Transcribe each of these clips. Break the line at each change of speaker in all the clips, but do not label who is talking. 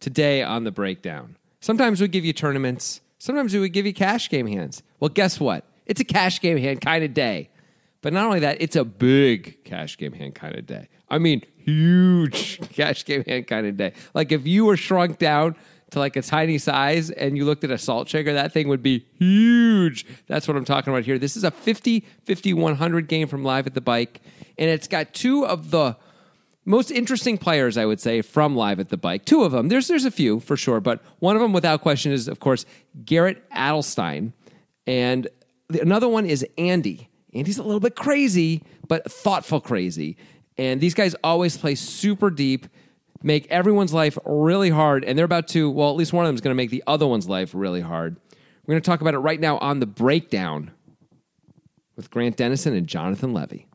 today on the breakdown. Sometimes we give you tournaments, sometimes we would give you cash game hands. Well, guess what? It's a cash game hand kind of day. But not only that, it's a big cash game hand kind of day. I mean, huge cash game hand kind of day. Like if you were shrunk down to like a tiny size and you looked at a salt shaker, that thing would be huge. That's what I'm talking about here. This is a 50 50 100 game from Live at the Bike, and it's got two of the most interesting players, I would say, from Live at the Bike. Two of them. There's there's a few for sure, but one of them, without question, is of course Garrett Adelstein, and the, another one is Andy. Andy's a little bit crazy, but thoughtful crazy. And these guys always play super deep, make everyone's life really hard, and they're about to. Well, at least one of them is going to make the other one's life really hard. We're going to talk about it right now on the breakdown with Grant Dennison and Jonathan Levy.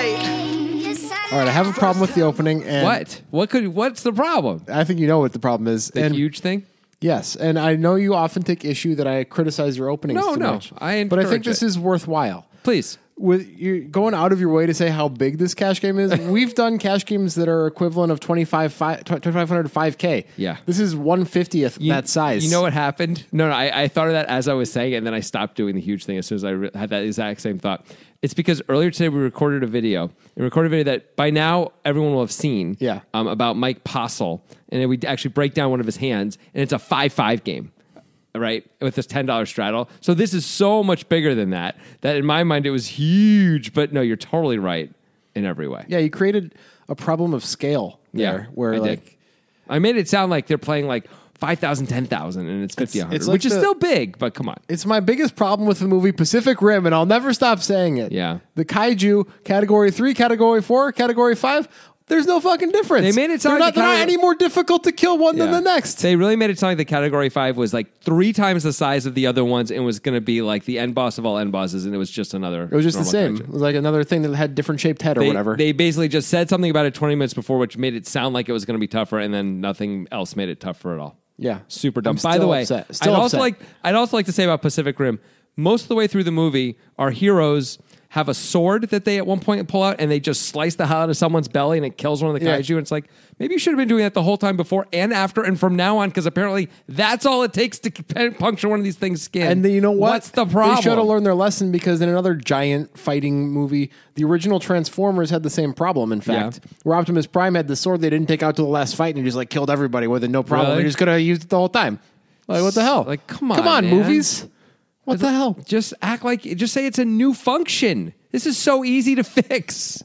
All right, I have a problem with the opening. And
What? What could? What's the problem?
I think you know what the problem is.
The
and
huge thing.
yes, and I know you often take issue that I criticize your openings.
No,
too
no,
much,
I
but I think
encourage
this
it.
is worthwhile.
Please.
With you going out of your way to say how big this cash game is, we've done cash games that are equivalent of 25 fi- 2500 to 5K.
Yeah.
This is 150th
You-
that size.
You know what happened? No, no, I, I thought of that as I was saying it, and then I stopped doing the huge thing as soon as I re- had that exact same thought. It's because earlier today we recorded a video, we recorded a video that by now everyone will have seen
Yeah.
um, about Mike Possel, and then we actually break down one of his hands, and it's a 5 5 game. Right with this ten dollar straddle, so this is so much bigger than that. That in my mind it was huge, but no, you're totally right in every way.
Yeah, you created a problem of scale there where
I did.
like
I made it sound like they're playing like 5,000, 10,000 and it's 50,
It's-
100,
it's like
which is
the-
still big, but come on.
It's my biggest problem with the movie Pacific Rim, and I'll never stop saying it.
Yeah.
The kaiju category three, category four, category five. There's no fucking difference.
They made it sound
they're
like
not,
the
they're not
category-
any more difficult to kill one than
Yeah.
the next.
They really made it sound like the category five was like three times the size of the other ones and was going to be like the end boss of all end bosses. And it was just another.
It was just the same. It was like another thing that had different shaped head or
They,
whatever.
they basically just said something about it 20 minutes before, which made it sound like it was going to be tougher. And then nothing else made it tougher at all.
Yeah.
Super dumb.
I'm
By the
still
way,
upset.
I'd
Still
also
upset.
like I'd also like to say about Pacific Rim, most of the way through the movie, our heroes have a sword that they at one point pull out and they just slice the hell out of someone's belly and it kills one of the
Yeah.
kaiju. And it's like, maybe you should have been doing that the whole time before and after and from now on, because apparently that's all it takes to p- puncture one of these things' skin.
and then you know what?
What's the problem?
They should have learned their lesson because in another giant fighting movie, the original Transformers had the same problem. In fact,
Yeah.
where Optimus Prime had the sword they didn't take out to the last fight and he just like killed everybody with it, no problem.
Really?
He just could have used it the whole time. Like what the hell?
Like, come on,
come on,
man.
movies. What the hell?
Just act like just say it's a new function. This is so easy to fix.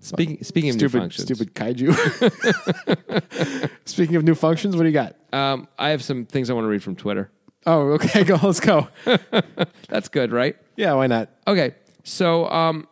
Speaking speaking of new
Stupid,
functions,
stupid kaiju. Speaking of new functions, what do you got?
Um, I have some things I want to read from Twitter.
Oh, okay, go. Let's go.
That's good, right?
Yeah, why not?
Okay. So um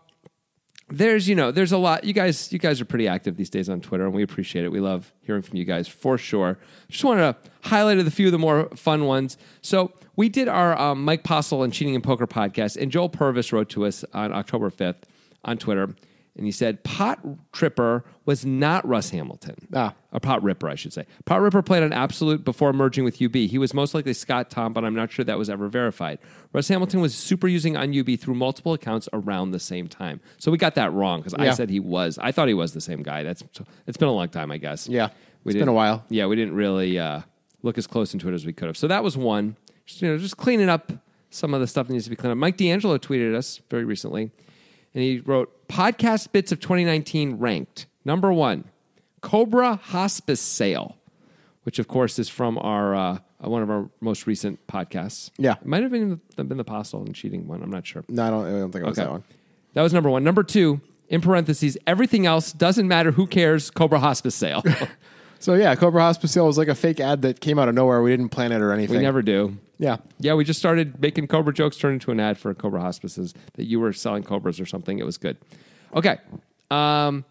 there's, you know, there's a lot. You guys, you guys are pretty active these days on Twitter, and we appreciate it. We love hearing from you guys for sure. Just wanted to highlight a few of the more fun ones. So we did our um, Mike Possel and Cheating and Poker podcast, and Joel Purvis wrote to us on October 5th on Twitter, and he said, "Pot Tripper was not Russ Hamilton."
Ah.
a pot ripper, I should say. Pot ripper played on absolute before merging with UB. He was most likely Scott Tom, but I'm not sure that was ever verified. Russ Hamilton was super using on UB through multiple accounts around the same time. So we got that wrong because I
Yeah.
said he was. I thought he was the same guy. That's it's been a long time, I guess.
Yeah.
we
It's
didn't-
been a while.
Yeah, we didn't really uh, look as close into it as we could have. So that was one. Just, you know, just cleaning up some of the stuff that needs to be cleaned up. Mike D'Angelo tweeted us very recently, and he wrote podcast bits of 2019 ranked number one, Cobra Hospice Sale, which of course is from our uh, one of our most recent podcasts.
Yeah.
it might have been the, been the Apostle and Cheating one. I'm not sure.
No, I don't. I don't think it was
Okay.
that one.
That was number one. Number two, in parentheses, everything else doesn't matter. Who cares? Cobra Hospice Sale.
So yeah, Cobra Hospital was like a fake ad that came out of nowhere. We didn't plan it or anything.
we never do.
Yeah.
Yeah, we just started making Cobra jokes, turned into an ad for Cobra Hospices that you were selling Cobras or something. It was good. Okay. Um,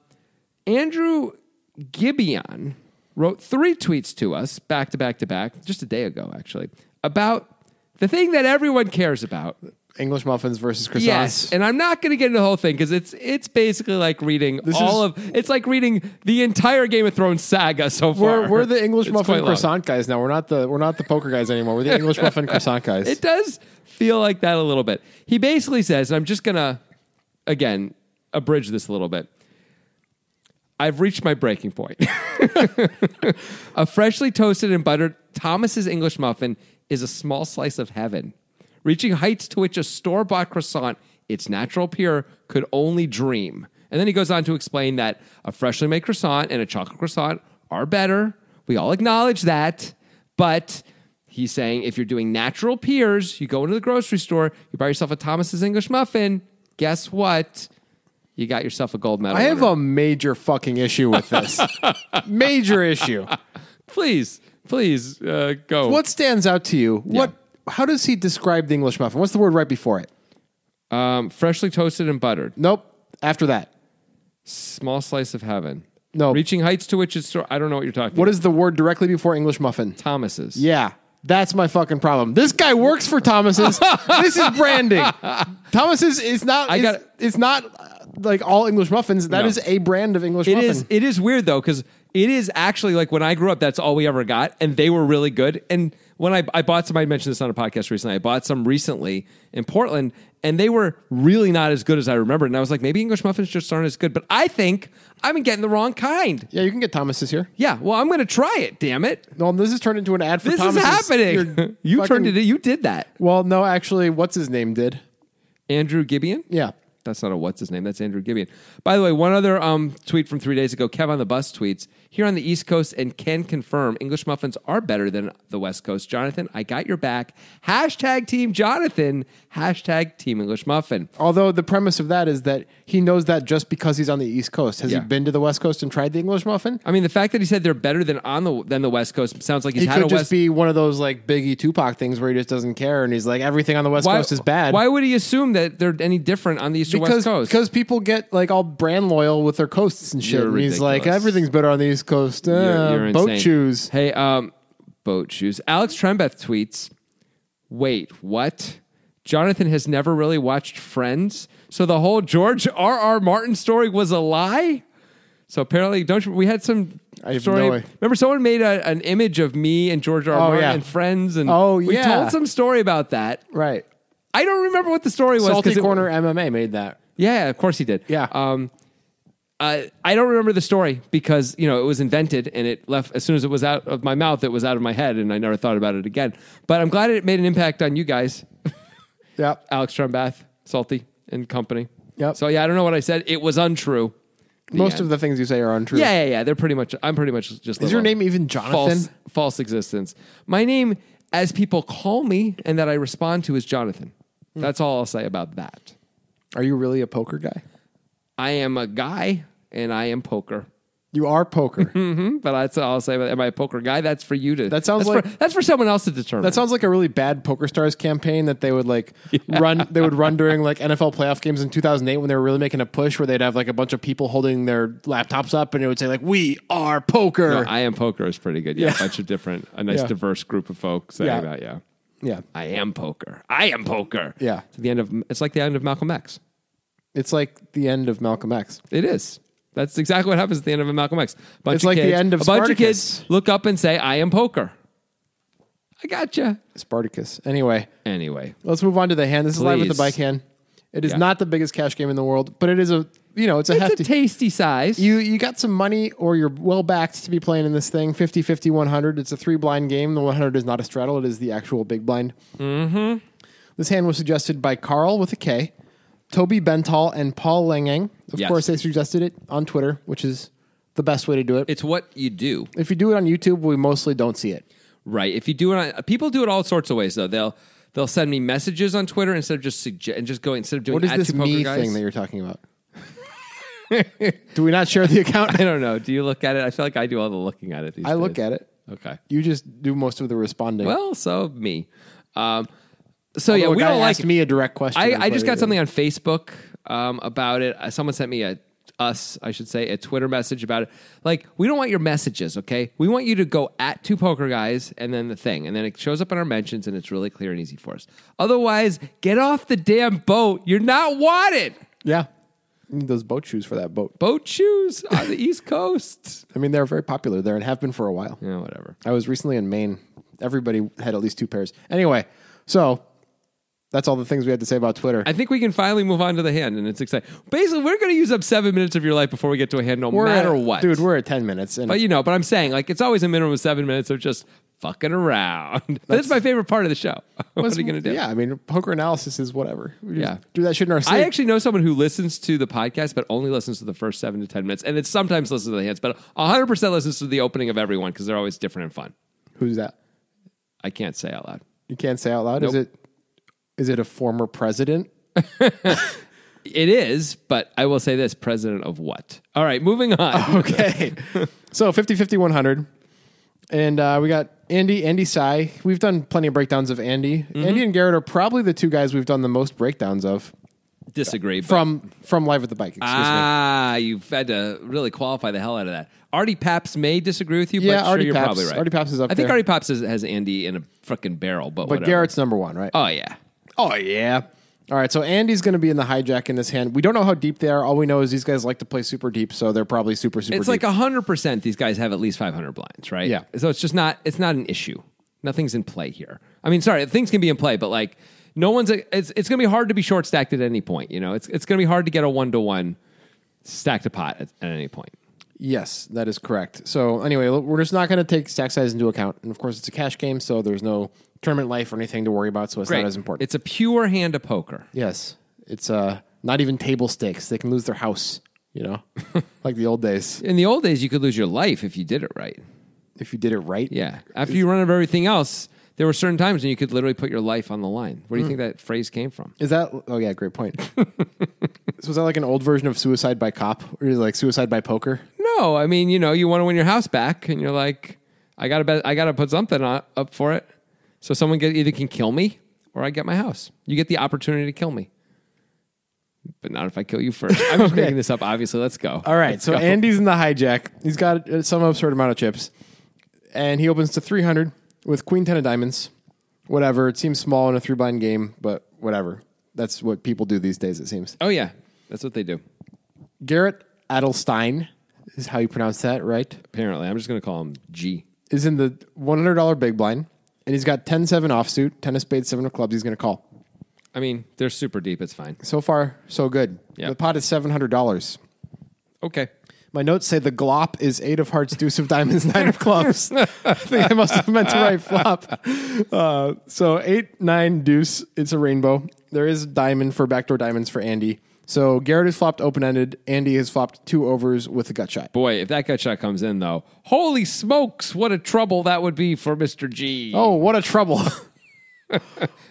Andrew Gibeon wrote three tweets to us back to back to back, just a day ago, actually, about the thing that everyone cares about.
English muffins versus croissants.
Yes, and I'm not going to get into the whole thing because it's it's basically like reading all
is-
of it's like reading the entire Game of Thrones saga so far.
We're, we're the English
It's
muffin
quite long.
croissant guys now. We're not the we're not the poker guys anymore. We're the English muffin croissant guys.
It does feel like that a little bit. He basically says, and I'm just going to again abridge this a little bit. I've reached my breaking point. a freshly toasted and buttered Thomas's English muffin is a small slice of heaven, reaching heights to which a store-bought croissant, its natural pure, could only dream. And then he goes on to explain that a freshly made croissant and a chocolate croissant are better. We all acknowledge that, but he's saying if you're doing natural peers, you go into the grocery store, you buy yourself a Thomas's English muffin. Guess what? You got yourself a gold medal.
I have
winner.
a major fucking issue with this. major issue.
please, please uh, go.
What stands out to you? What? How does he describe the English muffin? What's the word right before it?
Um, freshly toasted and buttered,
Nope. After that,
small slice of heaven.
No.
reaching heights to which it's. so- I don't know what you're talking.
what
about.
is the word directly before English muffin?
Thomas's?
Yeah, that's my fucking problem. This guy works for Thomas's. this is branding. Thomas's is not.
I
I
got-
got. It's not uh, like all English muffins. That
No.
is a brand of English
It
muffin.
is. It is weird though because it is actually like when I grew up, that's all we ever got, and they were really good. And when I, I bought some, I mentioned this on a podcast recently. I bought some recently in Portland, and they were really not as good as I remembered. And I was like, maybe English muffins just aren't as good. But I think I've been getting the wrong kind.
Yeah, you can get Thomas's here.
Yeah. Well, I'm going to try it. Damn it!
No, this has turned into an ad for
This
Thomas's.
is
You're
happening. you
fucking-
turned it. You did that.
Well, no, actually, what's his name did?
Andrew Gibeon.
Yeah.
That's not a what's his name. That's Andrew Gibeon. By the way, one other um, tweet from three days ago. Kev on the bus tweets here on the East Coast and can confirm English muffins are better than the West Coast. Jonathan, I got your back. Hashtag Team Jonathan. Hashtag Team English Muffin.
Although the premise of that is that he knows that just because he's on the East Coast. Has
Yeah.
he been to the West Coast and tried the English muffin?
I mean, the fact that he said they're better than on the than the West Coast sounds like he's
It
had
could
a
just
West.
be one of those like Biggie Tupac things where he just doesn't care and he's like everything on the West
why,
Coast is bad.
Why would he assume that they're any different on the East or
because
West Coast?
because people get like all brand loyal with their coasts and shit.
You're
and he's like
ridiculous.
everything's better on the East Coast. Uh,
You're- you're
boat
insane.
shoes.
Hey, um, boat shoes. Alex Trembeth tweets, wait, what? Jonathan has never really watched Friends, so the whole George R. R. Martin story was a lie. So apparently, don't you, we had some
I have
story?
no idea.
remember, someone made a, an image of me and George R. R.
Oh,
Martin
yeah.
and Friends, and
Oh,
we
yeah.
told some story about that.
Right.
I don't remember what the story was.
Salty
'cause it-
Corner MMA made that.
yeah, of course he did.
Yeah.
Um, uh, I don't remember the story because you know it was invented and it left as soon as it was out of my mouth, it was out of my head, and I never thought about it again. But I'm glad it made an impact on you guys,
Yep.
Alex Trembath, Salty, and company.
Yep.
So yeah, I don't know what I said. It was untrue.
Most
end.
of the things you say are untrue.
Yeah, yeah, yeah. They're pretty much. I'm pretty much just.
Is your name even Jonathan?
False, false existence. My name, as people call me and that I respond to, is Jonathan.
Hmm.
That's all I'll say about that.
Are you really a poker guy?
I am a guy and I am poker.
You are poker.
Mm, But that's all I'll say. About, am I a poker guy? That's for you to.
That sounds
that's for,
like-
that's for someone else to determine.
That sounds like a really bad Poker Stars campaign that they would like run. They would run during like NFL playoff games in 2008 when they were really making a push, where they'd have like a bunch of people holding their laptops up, and it would say like "We are poker."
I am poker is pretty good. Yeah, a
Yeah.
bunch of different, a nice
Yeah.
diverse group of folks. Saying
Yeah.
about yeah,
yeah,
I am poker. I am poker.
Yeah.
To the end of it's like the end of Malcolm X.
it's like the end of Malcolm X.
It is. That's exactly what happens at the end of a Malcolm X. Bunch
It's
of
like the
kids,
end of
a bunch of
Spartacus.
kids look up and say, "I am poker." I gotcha.
Spartacus. Anyway,
Anyway,
let's move on to the hand. This is live with the
Please.
bike hand. It is
Yeah.
not the biggest cash game in the world, but it is a you know it's a
it's
hefty.
a tasty size.
you you got some money or you're well backed to be playing in this thing 50 50 100 it's a three blind game the 100 is not a straddle it is the actual big blind mm-hmm. this hand was suggested by carl with a k toby bental and paul langang of
Yes.
course they suggested it on twitter which is the best way to do it
it's what you do.
if you do it on youtube we mostly don't see it
Right. If you do it, on, people do it all sorts of ways though. They'll they'll send me messages on Twitter instead of just suggest and just going instead of doing
what is
at
this
two poker
me
guys.
thing that you're talking about do we not share the account
I don't know. Do you look at it? I feel like I do all the looking at it. These
i look
days.
at it
Okay.
you just do most of the responding
Well, so me. Um, so
Although
yeah,
a
we
guy
don't like
asked me a direct question
I,
is
I
what
just
it
got
is.
something on Facebook um, about it. Uh, Someone sent me a us, I should say, a Twitter message about it. Like, we don't want your messages, okay? We want you to go at two poker guys and then the thing, and then it shows up in our mentions, and it's really clear and easy for us. Otherwise, get off the damn boat. You're not wanted.
yeah You need those boat shoes for that boat
Boat shoes on the East Coast.
I mean, they're very popular there and have been for a while.
Yeah, whatever.
I was recently in Maine. Everybody had at least two pairs. Anyway, so That's all the things we had to say about Twitter.
I think we can finally move on to the hand, and it's exciting. Basically, we're going to use up seven minutes of your life before we get to a hand, no
We're
matter
at-
what,
dude. We're at ten minutes, and
But you know, but I'm saying like it's always a minimum of seven minutes of just fucking around. That's my favorite part of the show. what are you going to do?
Yeah, I mean, poker analysis is whatever. We just
Yeah.
do that shit in our sleep.
I actually know someone who listens to the podcast, but only listens to the first seven to ten minutes, and it sometimes listens to the hands, but 100 percent listens to the opening of everyone because they're always different and fun.
Who's that?
I can't say out loud.
You can't say out loud. Is
Nope.
it? Is it a former president?
It is, but I will say this: president of what? All right, moving
Oh,
on.
Okay. so 50 50 100. And uh, we got Andy, Andy Sai. We've done plenty of breakdowns of Andy.
Mm-hmm.
Andy and Garrett are probably the two guys we've done the most breakdowns of
Disagree. but-
from from Live at the Bike. Excuse
ah, you've had to really qualify the hell out of that. Artie Paps may disagree with you,
Yeah,
but sure,
Artie
you're
Paps.
probably right.
Artie Paps is up
I think
there.
Artie Paps is, has Andy in a freaking barrel, but,
me. But
whatever.
Garrett's number one, right?
oh yeah,
oh, yeah. All right. So Andy's going to be in the hijack in this hand. We don't know how deep they are. All we know is these guys like to play super deep, so they're probably super, super
it's
deep.
like hundred percent. These guys have at least five hundred blinds, right?
Yeah.
So it's just not. It's not an issue. Nothing's in play here. I mean, sorry, things can be in play, but like no one's. It's it's going to be hard to be short stacked at any point. You know, it's it's going to be hard to get a one to one stacked a pot at, at any point.
Yes, that is correct. So anyway, l- we're just not going to take stack size into account, and of course, it's a cash game, so there's no tournament life or anything to worry about. So it's
Great.
not as important.
It's a pure hand of poker.
yes, it's uh, not even table stakes. They can lose their house, you know, like the old days
In the old days, you could lose your life if you did it right.
if you did it right.
Yeah. After you run out of everything else, there were certain times when you could literally put your life on the line. Where do you think that phrase came from?
Is that? Oh yeah, great point. so is that like an old version of suicide by cop, or is it like suicide by poker?
No, I mean, you know, you want to win your house back, and you're like, I gotta bet, I gotta put something on, up for it. So someone get, either can kill me or I get my house. You get the opportunity to kill me, but not if I kill you first. I'm just making this up. Obviously, let's go.
All right,
Let's
so
go.
Andy's in the hijack. He's got uh, some absurd amount of chips, and he opens to 300 with queen ten of diamonds. Whatever. It seems small in a three blind game, but whatever. That's what people do these days. It seems.
oh yeah, that's what they do.
Garrett Adelstein is how you pronounce that, right?
Apparently, I'm just gonna call him G.
Is in the $100 big blind, and he's got 10-7 offsuit, ten of spades, seven of clubs. He's going to call.
I mean, they're super deep. It's fine.
So far, so good.
Yeah.
The pot is $700.
Okay.
My notes say the glop is eight of hearts, deuce of diamonds, nine of clubs. I think I must have meant to write flop. Uh, so eight, nine, deuce. It's a rainbow. There is diamond for backdoor diamonds for Andy. So Garrett has flopped open ended. Andy has flopped two overs with a gut shot.
Boy, if that gut shot comes in, though, holy smokes, what a trouble that would be for Mr. G.
Oh, what a trouble!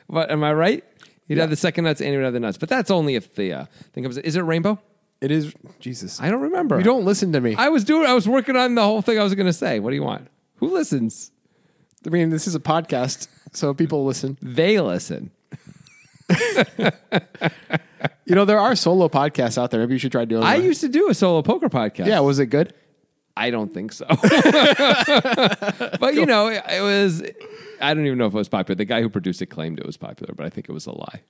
But am I right? You'd have the second nuts and you'd have the nuts. But that's only if the uh, thing comes. Is it rainbow?
it is Jesus.
I don't remember.
You don't listen to me. I,
I was doing. I was working on the whole thing. I was going to say. What do you want? Who listens?
mean, this is a podcast, so people listen.
They listen.
You know, there are solo podcasts out there. Maybe you should try doing.
I
one.
used to do a solo poker podcast.
yeah, was it good?
I don't think so. but you know, it, it was. I don't even know if it was popular. The guy who produced it claimed it was popular, but I think it was a lie.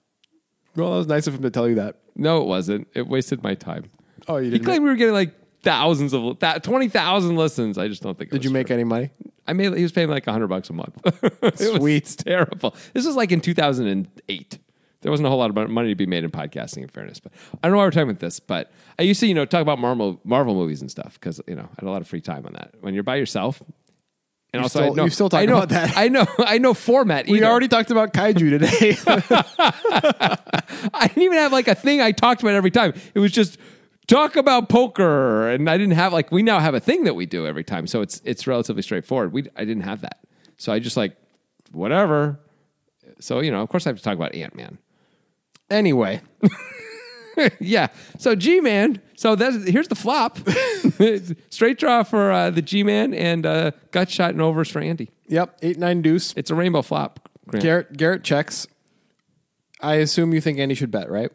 Well, that was nice of him to tell you that.
No, it wasn't. It wasted my time.
Oh, you
He
didn't.
claimed we were getting like thousands of that twenty thousand listens. I just don't think. It
did you make any money?
I made. He was paying like hundred bucks a month. it was
Sweet.
terrible. This was like in two thousand and eight. There wasn't a whole lot of mon- money to be made in podcasting, in fairness. But I don't know why we're talking about this. But I used to, you know, talk about Marvel Marvel movies and stuff because you know I had a lot of free time on that. When you're by yourself, and also
still-
I know,
you still talk
I know,
about that.
I know. I know format.
We
either.
already talked about kaiju today.
I didn't even have like a thing I talked about every time. It was just talk about poker, and I didn't have like we now have a thing that we do every time, so it's it's relatively straightforward. We I didn't have that, so I just like whatever. So you know, of course, I have to talk about Ant Man.
Anyway,
yeah. So G Man. So that's here's the flop. Straight draw for uh, the G Man and uh, gut shot and overs for Andy.
yep, eight nine deuce.
It's a rainbow flop. Grant.
Garrett Garrett checks. I assume you think Andy should bet, right?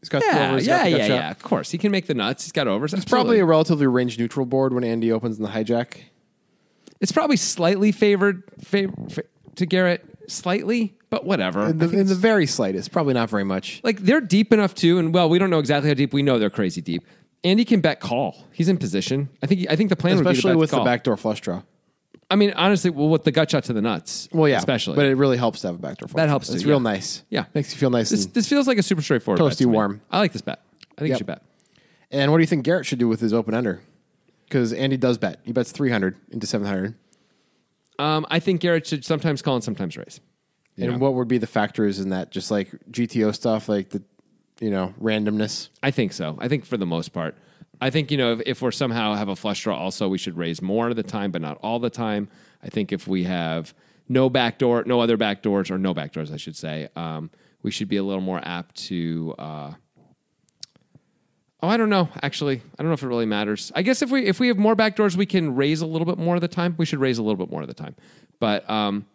He's got
yeah,
two overs. he's got
yeah,
the
yeah,
gut shot.
yeah. Of course, he can make the nuts. He's got overs.
It's probably a relatively range neutral board when Andy opens in the hijack.
It's probably slightly favored favor, fa- to Garrett, slightly, but whatever.
In the, in the very slightest, probably not very much.
like they're deep enough too, and well, we don't know exactly how deep. We know they're crazy deep. Andy can bet call. He's in position. I think. I think the plan would be to
Especially
bet
with
call.
the backdoor flush draw.
I mean, honestly, well, with the gut shot to the nuts.
Well, yeah,
Especially.
but it really helps to have a backdoor flush.
That helps
It's
too,
real
yeah.
nice.
Yeah.
makes you feel nice.
this,
and,
this feels like a super straightforward bet
Toasty
to me.
warm.
I like this bet. I think
Yep.
you should bet.
and what do you think Garrett should do with his open ender? Because Andy does bet. He bets three hundred into seven hundred.
Um, I think Garrett should sometimes call and sometimes raise. You
And
know?
what would be the factors in that? Just like GTO stuff, like the you know randomness.
I think so. I think for the most part. I think, you know, if, if we're somehow have a flush draw also, we should raise more of the time, but not all the time. I think if we have no backdoor, no other backdoors, or no backdoors, I should say, um, we should be a little more apt to. Uh, oh, I don't know, actually. I don't know if it really matters. I guess if we if we have more backdoors, we can raise a little bit more of the time. We should raise a little bit more of the time. But um,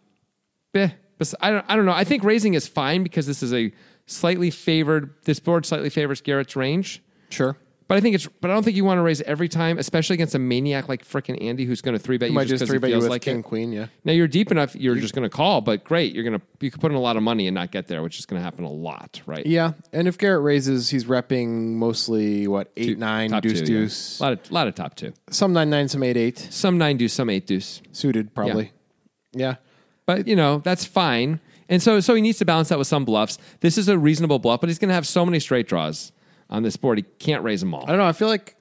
Beh, bes- I don't, I don't know. I think raising is fine because this is a slightly favored, this board slightly favors Garrett's range.
Sure.
But I think it's, but I don't think you want to raise every time, especially against a maniac like frickin' Andy who's going to three bet you
Might
just
just
'cause
three
he
bet you
feels
with
like
king
it.
queen. Yeah.
Now you're deep enough, you're just going to call, but great. You're going to, you could put in a lot of money and not get there, which is going to happen a lot, right?
Yeah, and if Garrett raises, he's repping mostly what eight nine
Top
deuce
two, yeah.
deuce,
A lot of, lot of top two.
some nine nine, some eight eight
Some nine deuce, some eight deuce.
suited probably. Yeah.
But you know that's fine, and so so he needs to balance that with some bluffs. This is a reasonable bluff, but he's going to have so many straight draws on this board, he can't raise them all.
I don't know. I feel like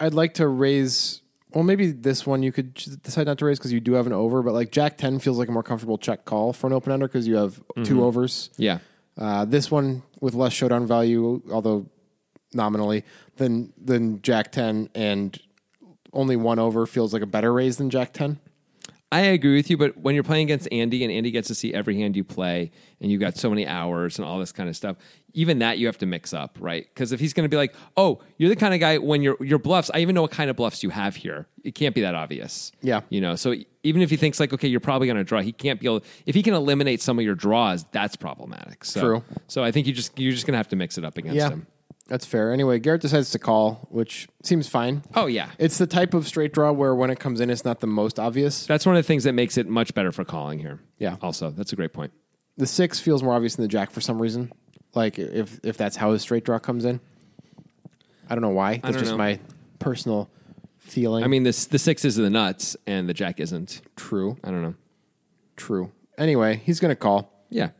I'd like to raise. Well, maybe this one you could ch- decide not to raise because you do have an over, but like Jack ten feels like a more comfortable check call for an open ender because you have
Mm-hmm.
two overs.
Yeah.
Uh, this one with less showdown value, although nominally, than than Jack ten and only one over feels like a better raise than Jack ten.
I agree with you, but when you're playing against Andy and Andy gets to see every hand you play and you've got so many hours and all this kind of stuff, even that you have to mix up, right? Because if he's going to be like, oh, you're the kind of guy when your your bluffs, I even know what kind of bluffs you have here. It can't be that obvious.
Yeah.
You know, so even if he thinks like, okay, you're probably going to draw, he can't be able, if he can eliminate some of your draws, that's problematic. So,
True.
So I think you just, you're just going to have to mix it up against him.
That's fair. Anyway, Garrett decides to call, which seems fine.
Oh, yeah.
It's the type of straight draw where when it comes in, it's not the most obvious.
That's one of the things that makes it much better for calling here.
Yeah.
Also, that's a great point.
The six feels more obvious than the jack for some reason. Like if if that's how his straight draw comes in, I don't know why. That's
don't
just
know.
my personal feeling.
I mean, this, the six is the nuts and the jack isn't.
true,
I don't know.
true. Anyway, he's gonna call.
Yeah.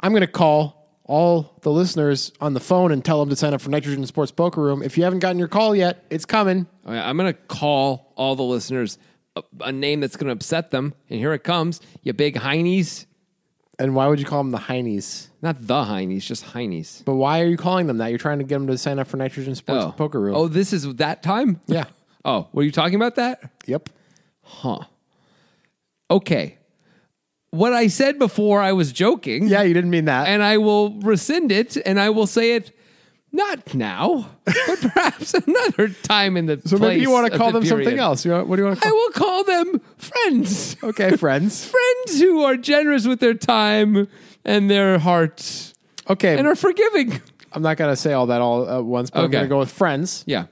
I'm gonna call all the listeners on the phone and tell them to sign up for Nitrogen Sports Poker Room. If you haven't gotten your call yet, it's coming.
All right, I'm going to call all the listeners a, a name that's going to upset them. And here it comes. You big heinies.
And why would you call them the Heinies?
Not the heinies, just heinies.
But why are you calling them that? You're trying to get them to sign up for Nitrogen Sports Poker Room.
Oh, this is that time?
Yeah.
Oh, were you talking about that?
Yep.
Okay. What I said before, I was joking.
Yeah, you didn't mean that.
And I will rescind it and I will say it not now, but perhaps another time in the
so maybe you want to
place
call
of the
them something
period.
else. You know, what do you want to
I
call?
will call them friends.
okay, friends.
friends who are generous with their time and their hearts
Okay,
and are forgiving.
I'm not gonna say all that all at once, but I'm
Okay.
gonna go with friends.
Yeah.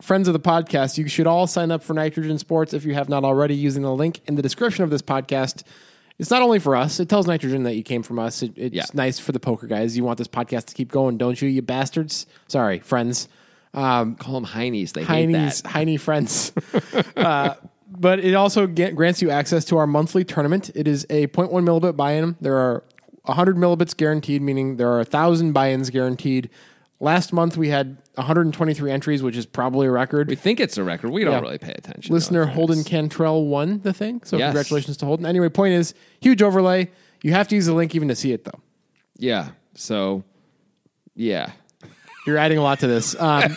Friends of the podcast, you should all sign up for Nitrogen Sports if you have not already using the link in the description of this podcast. It's not only for us. It tells Nitrogen that you came from us. It, it's
Yeah.
nice for the poker guys. You want this podcast to keep going, don't you, you bastards? Sorry, friends. Um,
Call them heinies. They
Heine's
hate that.
Heine friends. uh, but it also get, grants you access to our monthly tournament. It is a 0.1 millibit buy-in. There are 100 millibits guaranteed, meaning there are 1,000 buy-ins guaranteed. Last month we had 123 entries, which is probably a record.
We think it's a record. We don't
Yeah.
really pay attention.
Listener
to it.
Holden Cantrell won the thing, so
Yes.
congratulations to Holden. Anyway, point is, huge overlay. You have to use the link even to see it, though.
Yeah. So, yeah.
You're adding a lot to this. Um,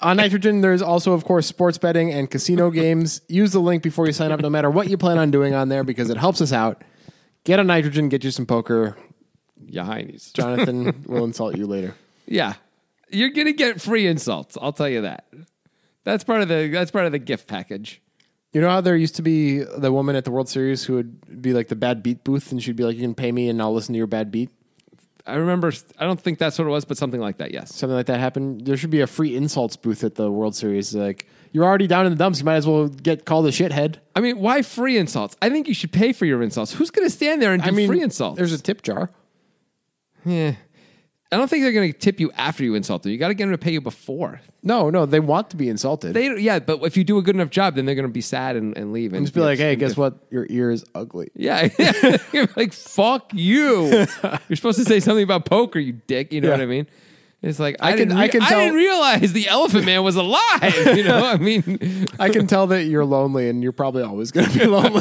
on Nitrogen, there's also, of course, sports betting and casino games. Use the link before you sign up, no matter what you plan on doing on there, because it helps us out. Get on Nitrogen, get you some poker.
Yeah, heinies.
Jonathan will insult you later.
Yeah. You're going to get free insults. I'll tell you that. That's part of the that's part of the gift package.
You know how there used to be the woman at the World Series who would be like the bad beat booth, and she'd be like, "You can pay me, and I'll listen to your bad beat."
I remember I don't think that's what it was, but something like that. Yes.
Something like that happened. There should be a free insults booth at the World Series. Like, you're already down in the dumps. You might as well get called a shithead.
I mean, why free insults? I think you should pay for your insults. Who's going to stand there and do
I mean,
free insults?
There's a tip jar.
Yeah. I don't think they're going to tip you after you insult them. You got to get them to pay you before.
No, no, they want to be insulted.
They yeah, but if you do a good enough job, then they're going to be sad and, and leave and
just be like, hey, guess what? Your ear is ugly.
Yeah, You're like fuck you. You're supposed to say something about poker, you dick. You know
Yeah.
what I mean? It's like I,
can-
didn't.
I
I,
can
I
tell-
didn't realize the Elephant Man was alive. You know, I mean,
I can tell that you're lonely and you're probably always going to be lonely.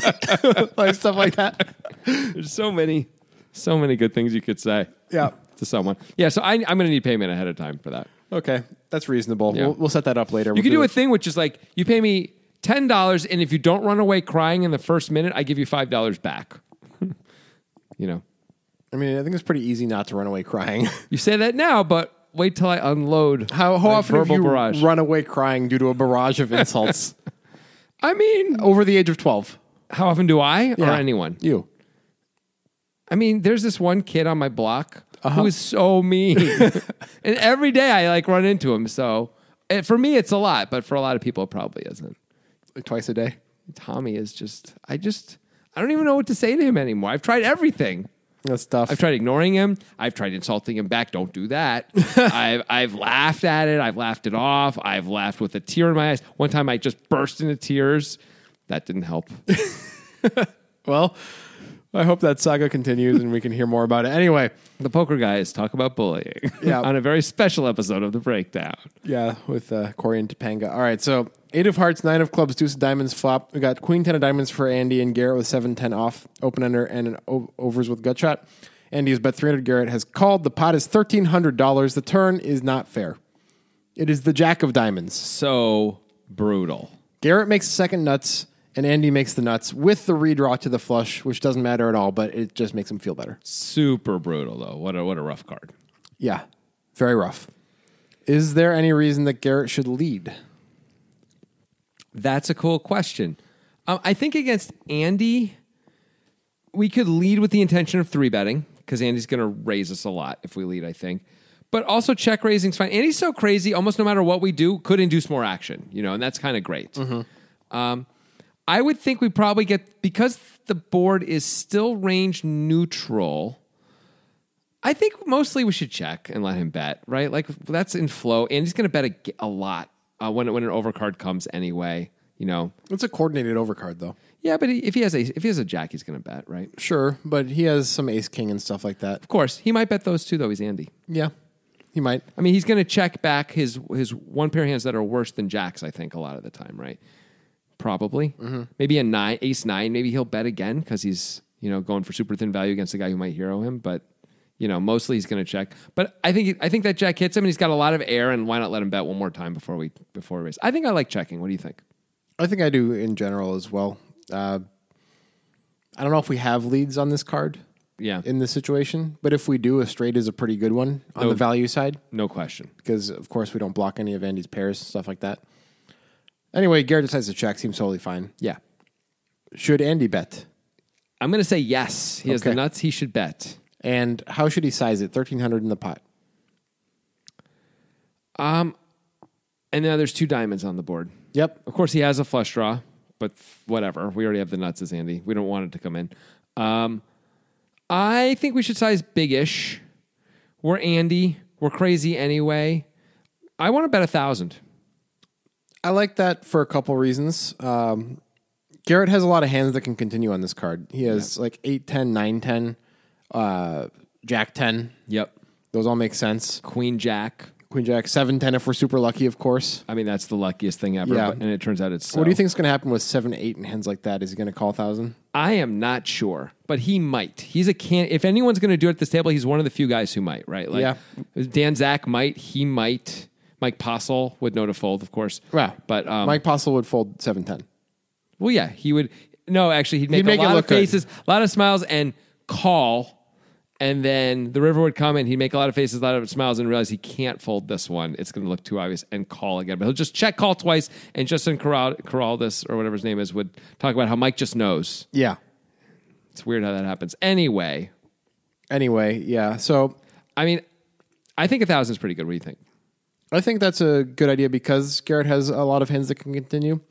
like stuff like that.
there's so many, so many good things you could say.
Yeah.
to someone. Yeah, so I, I'm going to need payment ahead of time for that.
Okay. That's reasonable.
Yeah.
We'll, we'll set that up later.
You can do a thing which is like you pay me ten dollars, and if you don't run away crying in the first minute, I give you five dollars back. you know,
I mean, I think it's pretty easy not to run away crying.
you say that now, but wait till I unload.
How, how
my
often have
verbal
you
barrage?
run away crying due to a barrage of insults
I mean,
over the age of 12?
how often do I or
Yeah.
anyone?
You.
I mean, there's this one kid on my block
Uh-huh.
who is so mean, and every day I like run into him. So eh, for me, it's a lot, but for a lot of people, it probably isn't.
Like twice a day.
Tommy is just I just I don't even know what to say to him anymore. I've tried everything.
That's tough.
I've tried ignoring him. I've tried insulting him back. Don't do that. I've I've laughed at it. I've laughed it off. I've laughed with a tear in my eyes. One time I just burst into tears. That didn't help.
well, I hope that saga continues and we can hear more about it. Anyway,
the poker guys talk about bullying
Yeah.
on a very special episode of the breakdown.
yeah, with uh, Corey and Topanga. All right, so eight of hearts, nine of clubs, deuce of diamonds, flop. We got queen ten of diamonds for Andy and Garrett with seven ten off, open ender, and an o- overs with gut shot. Andy has bet three hundred. Garrett has called. The pot is thirteen hundred dollars. The turn is not fair. It is the jack of diamonds.
So brutal.
Garrett makes the second nuts, and Andy makes the nuts with the redraw to the flush, which doesn't matter at all, but it just makes him feel better.
Super brutal though. What a what a rough card.
Yeah, very rough. Is there any reason that Garrett should lead?
That's a cool question. Um, I think against Andy, we could lead with the intention of three betting because Andy's going to raise us a lot if we lead, I think. But also check raising's fine. Andy's so crazy, almost no matter what we do, could induce more action, you know, and that's kind of great. Um, I would think we probably get, because the board is still range neutral, I think mostly we should check and let him bet, right? Like that's in flow. Andy's going to bet a, a lot uh, when, when an overcard comes anyway, you know.
It's a coordinated overcard, though.
Yeah, but he, if he has a if he has a jack, he's going to bet, right? Of
Sure, but he has some ace king and stuff like that.
course, he might bet those too, though. He's Andy.
Yeah, he might.
I mean, he's going to check back his his one pair of hands that are worse than jacks. I think a lot of the time, right? Probably,
Mm-hmm.
maybe a nine, ace nine. Maybe he'll bet again because he's you know going for super thin value against the guy who might hero him. But you know, mostly he's going to check. But I think I think that jack hits him, and he's got a lot of air. And why not let him bet one more time before we before we raise? I think I like checking. What do you think?
I think I do in general as well. Uh, I don't know if we have leads on this card
Yeah,
in this situation, but if we do, a straight is a pretty good one on the value side
no question.
because, of course, we don't block any of Andy's pairs and stuff like that. Anyway, Garrett decides to check. Seems totally fine.
Yeah,
Should Andy bet?
I'm going to say yes. He has the
Okay.
nuts. He should bet.
And how should he size it? Thirteen hundred in the pot.
And now there's two diamonds on the board.
Yep.
Of course, he has a flush draw, but whatever. We already have the nuts as Andy. We don't want it to come in. Um, I think we should size bigish. We're Andy. We're crazy anyway. I want to bet a thousand.
I like that for a couple reasons. Um, Garrett has a lot of hands that can continue on this card. He has like 8, 10, 9, 10, uh, Jack 10.
Yep.
Those all make sense.
Queen Jack.
Queen Jack 7, 10 if we're super lucky, of course.
I mean, that's the luckiest thing ever.
Yeah.
but- and it turns out it's. So.
What do you think is going to happen with 7, 8 and hands like that? Is he going to call 1,000?
I am not sure, but he might. He's a can. If anyone's going to do it at this table, he's one of the few guys who might. Right? Like
Yeah.
Dan Zach might. He might. Mike Possel would know to fold, of course.
Yeah.
But um,
Mike Postle would fold 7, 10.
Well, yeah, he would. No, actually, he'd make,
He'd make it
a lot
look
of
good.
faces, a lot of smiles, and call. And then the river would come and he'd make a lot of faces, a lot of smiles, and realize he can't fold this one. It's going to look too obvious and call again. But he'll just check call twice. And Justin Corral, Corraldis, or whatever his name is, would talk about how Mike just knows.
Yeah.
It's weird how that happens. Anyway,
Anyway, yeah. So
I mean, I think a thousand is pretty good. What do you think?
I think that's a good idea because Garrett has a lot of hands that can continue.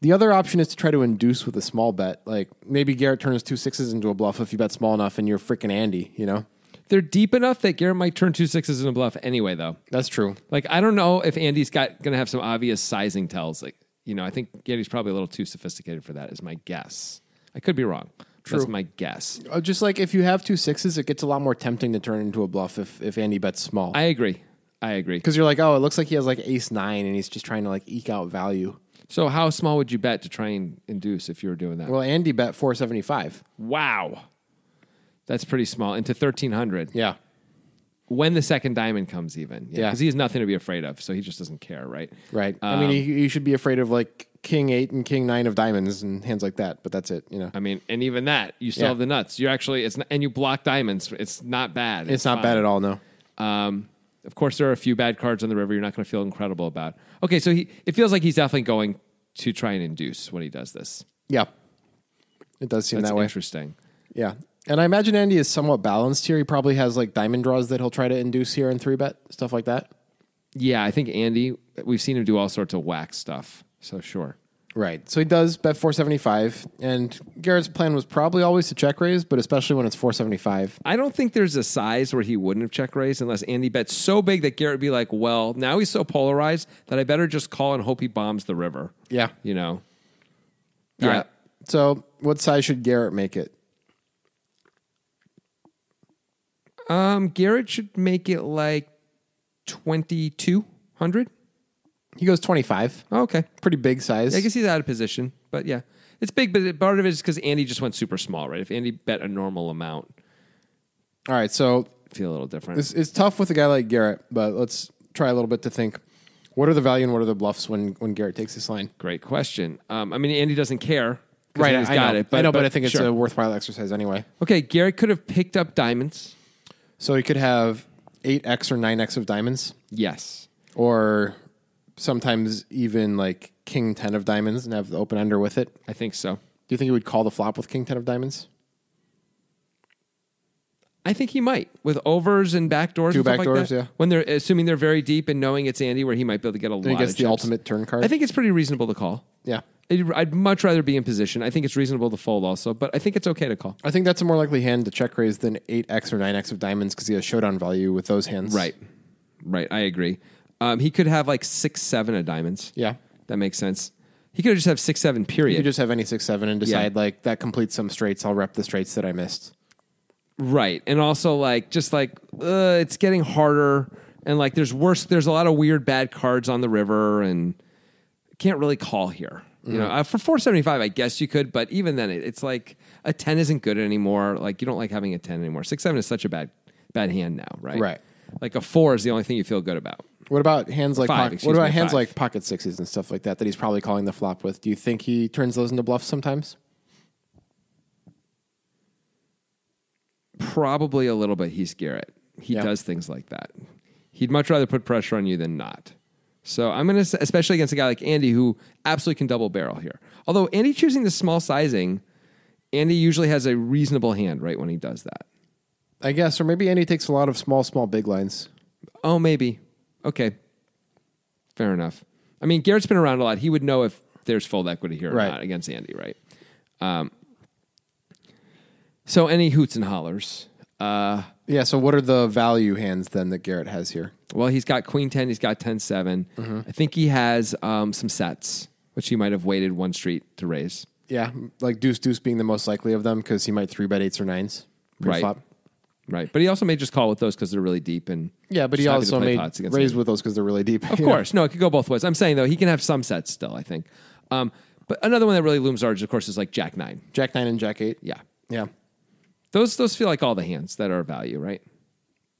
The other option is to try to induce with a small bet. Like maybe Garrett turns two sixes into a bluff if you bet small enough and you're freaking Andy, you know?
They're deep enough that Garrett might turn two sixes in a bluff anyway, though.
That's true.
Like I don't know if Andy's got gonna have some obvious sizing tells. Like you know, I think Andy's probably a little too sophisticated for that. Is my guess. I could be wrong. That's my guess.
Uh, Just like if you have two sixes, it gets a lot more tempting to turn into a bluff if, if Andy bets small.
I agree. I agree.
Because you're like, oh, it looks like he has like ace nine and he's just trying to like eke out value.
So how small would you bet to try and induce if you were doing that?
Well, Andy bet 475.
wow, that's pretty small. Into thirteen hundred.
Yeah.
When the second diamond comes, even
Yeah.
because he has nothing to be afraid of, so he just doesn't care, right?
Right. I mean, you, you should be afraid of like king eight and king nine of diamonds and hands like that, but that's it, you know.
I mean, and even that, you still
Yeah.
have the nuts. You're actually, it's not, and you block diamonds. It's not bad.
It's not bad at all, no.
Um, of course, there are a few bad cards on the river. You're not going to feel incredible about. Okay, so he, it feels like he's definitely going to try and induce when he does this.
Yeah. It does seem
That's
that way.
interesting.
Yeah. And I imagine Andy is somewhat balanced here. He probably has like diamond draws that he'll try to induce here in three bet, stuff like that.
Yeah, I think Andy. We've seen him do all sorts of whack stuff. So sure.
Right. So he does bet 475. And Garrett's plan was probably always to check raise, but especially when it's 475.
I don't think there's a size where he wouldn't have check raised unless Andy bets so big that Garrett would be like, "Well, now he's so polarized that I better just call and hope he bombs the river."
Yeah.
You know.
Yeah.
All right.
So what size should Garrett make it?
Um, Garrett should make it like twenty two hundred. Oh,
He goes 25.
Okay.
Pretty big size.
I guess he's out of position, but yeah, it's big. But part of it is because Andy just went super small, right? If Andy bet a normal amount,
All right. So
it'd feel a little different.
it's, it's tough with a guy like Garrett, but let's try a little bit to think what are the value and what are the bluffs when, when Garrett takes this line?
Great question. Um, I mean, Andy doesn't care. 'cause
I
Andy's got
know.
it.
I know, but, I think it's
sure.
a worthwhile exercise anyway.
okay. Garrett could have picked up diamonds.
So he could have 8x or 9x of diamonds,
Yes.
or sometimes even like king 10 of diamonds and have the open under with it.
I think so.
Do you think he would call the flop with king 10 of diamonds?
I think he might with overs and backdoors.
Two
and stuff like
backdoors,
that.
yeah.
When they're assuming they're very deep and knowing it's Andy, where he might be able to get a lot.
Then he gets
of
the
chips.
ultimate turn card.
I think it's pretty reasonable to call.
yeah.
I'd I'd much rather be in position. I think it's reasonable to fold also, but I think it's okay to call.
I think that's a more likely hand to check raise than 8x or 9x of diamonds because he has showdown value with those hands.
Right. Right. I agree. Um, he could have like six, seven of diamonds.
Yeah.
That makes sense. He could just have six, seven,
You
period.
could just have any 6 7 and decide, like, that completes some straights. I'll rep the straights that I missed.
right. And also, like, just like, uh, it's getting harder. And like, there's worse, there's a lot of weird bad cards on the river and can't really call here. You know, uh, for 475, I guess you could, but even then, it, it's like a 10 isn't good anymore. Like, you don't like having a 10 anymore. Six, seven is such a bad, bad hand now, right?
Right.
Like, a four is the only thing you feel good about.
What about hands like
Five,
pocket,
excuse
what about
me,
hands
five.
like pocket sixes and stuff like that that he's probably calling the flop with? Do you think he turns those into bluffs sometimes?
probably a little bit he's Garrett. He
Yeah.
does things like that. He'd much rather put pressure on you than not. So I'm going to, especially against a guy like Andy, who absolutely can double barrel here. Although Andy choosing the small sizing, Andy usually has a reasonable hand right when he does that.
I guess, or maybe Andy takes a lot of small, small big lines.
Oh, maybe. Okay. Fair enough. I mean, Garrett's been around a lot. He would know if there's fold equity here or
Right.
not against Andy, right? Um, so any hoots and hollers. Uh,
Yeah. So what are the value hands then that Garrett has here?
Well, he's got queen 10, he's got 10 7.
Mm-hmm.
I think he has um, some sets, which he might have waited one street to raise.
Yeah, like deuce deuce being the most likely of them because he might three bet eights or nines pre-flop.
Right. Right. But he also may just call with those because they're really deep. and
Yeah, but he
just happy to
also
play
made
pots against
raise
them.
with those because they're really deep.
Of course. No, it could go both ways. I'm saying, though, he can have some sets still, I think. Um, but another one that really looms large, of course, is like Jack 9.
Jack nine and Jack eight.
Yeah.
yeah,
Those, those feel like all the hands that are of value, right?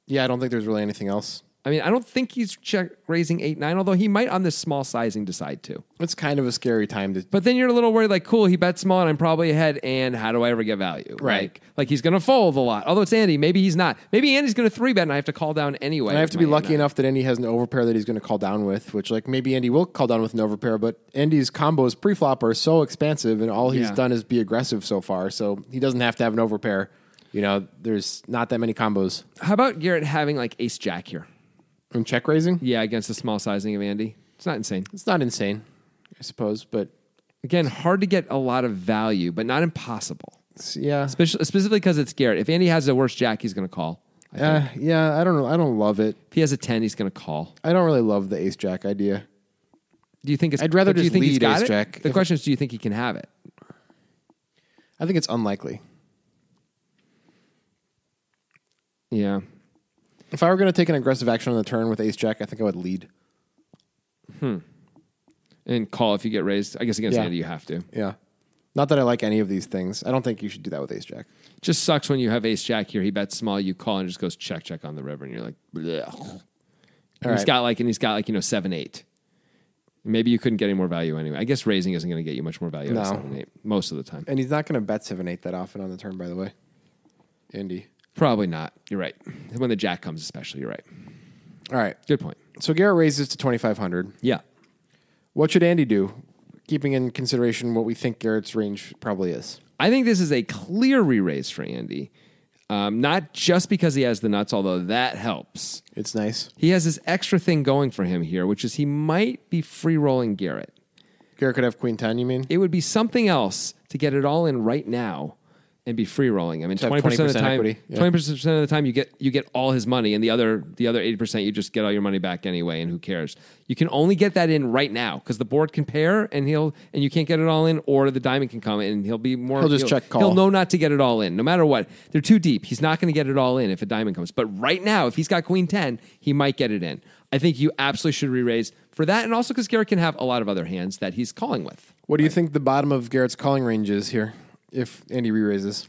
yeah. I don't think there's really anything else.
I mean, I don't think he's check raising 8 9, although he might on this small sizing decide to.
It's kind of a scary time to.
But then you're a little worried, like, cool, he bet small and I'm probably ahead. And how do I ever get value?
Right.
Like, like he's going to fold a lot. Although it's Andy, maybe he's not. Maybe Andy's going to three bet and I have to call down anyway.
And I have to be
Might
lucky
not.
enough that Andy has an overpair that he's going to call down with, which like maybe Andy will call down with an overpair, but Andy's combos pre-flop are so expansive, and all he's
Yeah.
done is be aggressive so far, so he doesn't have to have an overpair. You know, there's not that many combos
How about Garrett having like ace jack here?
in check raising.
Yeah, against the small sizing of Andy. It's not insane.
It's not insane, I suppose, but
Again, hard to get a lot of value, but not impossible.
it's- yeah,
Speci- Specifically because it's Garrett. If Andy has the worst jack, he's going to call.
Uh, yeah, I don't know. I don't love it.
If he has a ten, he's going to call.
I don't really love the ace jack idea.
Do you think it's?
I'd rather
do you
just
think he's
lead
got
ace
it?
jack.
The
If-
question is, do you think he can have it?
I think it's unlikely.
Yeah,
If I were going to take an aggressive action on the turn with ace jack, I think I would lead.
and call if you get raised. I guess against
Yeah.
Andy, you have to.
Yeah. Not that I like any of these things. I don't think you should do that with ace jack.
Just sucks when you have Ace Jack here. He bets small. You call and just goes check check on the river, and you're like, Blech. And
All
he's
right.
got like, and he's got like you know seven eight. Maybe you couldn't get any more value anyway. I guess raising isn't going to get you much more value. out of
No.
seven eight most of the time.
And he's not going to bet seven eight that often on the turn, by the way. Andy.
Probably not. You're right. When the Jack comes, especially, you're right.
All right.
Good point.
So Garrett raises to twenty five hundred.
Yeah.
What should Andy do? Keeping in consideration what we think Garrett's range probably is.
I think this is a clear re raise for Andy. Um, not just because he has the nuts, although that helps.
It's nice.
He has this extra thing going for him here, which is he might be free rolling Garrett.
Garrett could have queen ten. You mean?
It would be something else to get it all in right now and be free rolling. I mean,
have
twenty percent of the
20%
time,
equity, yeah.
twenty percent of the time you get you get all his money, and the other the other eighty percent you just get all your money back anyway, and who cares? You can only get that in right now because the board can pair, and he'll and you can't get it all in, or the diamond can come in, and he'll be more.
He'll just check call.
He'll know not to get it all in, no matter what. They're too deep. He's not going to get it all in if a diamond comes. But right now, if he's got queen ten, he might get it in. I think you absolutely should re-raise for that, and also because Garrett can have a lot of other hands that he's calling with.
What do you think the bottom of Garrett's calling range is here? If Andy re raises,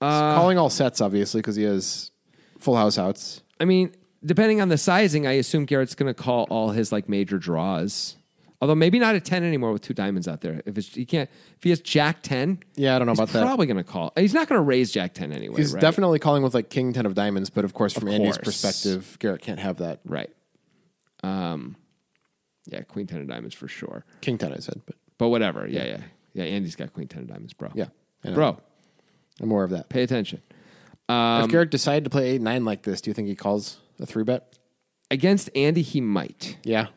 calling all sets obviously because he has full house outs.
I mean, depending on the sizing, I assume Garrett's going to call all his like major draws. Although maybe not a ten anymore with two diamonds out there. If it's he can't, if he has Jack ten,
Yeah, I don't know
he's
about that.
Probably going to call. He's not going to raise Jack ten anyway.
He's
right?
definitely calling with like king ten of diamonds, but of course, from Andy's
course.
perspective, Garrett can't have that
right. Um, yeah, queen ten of diamonds for sure.
king ten. I said, but
But whatever. Yeah, yeah, yeah. Andy's got queen ten of diamonds, bro.
Yeah, I know.
bro,
more of that.
pay attention. Um,
if Garrett decided to play eight nine like this, do you think he calls a three bet?
Against Andy, he might.
Yeah,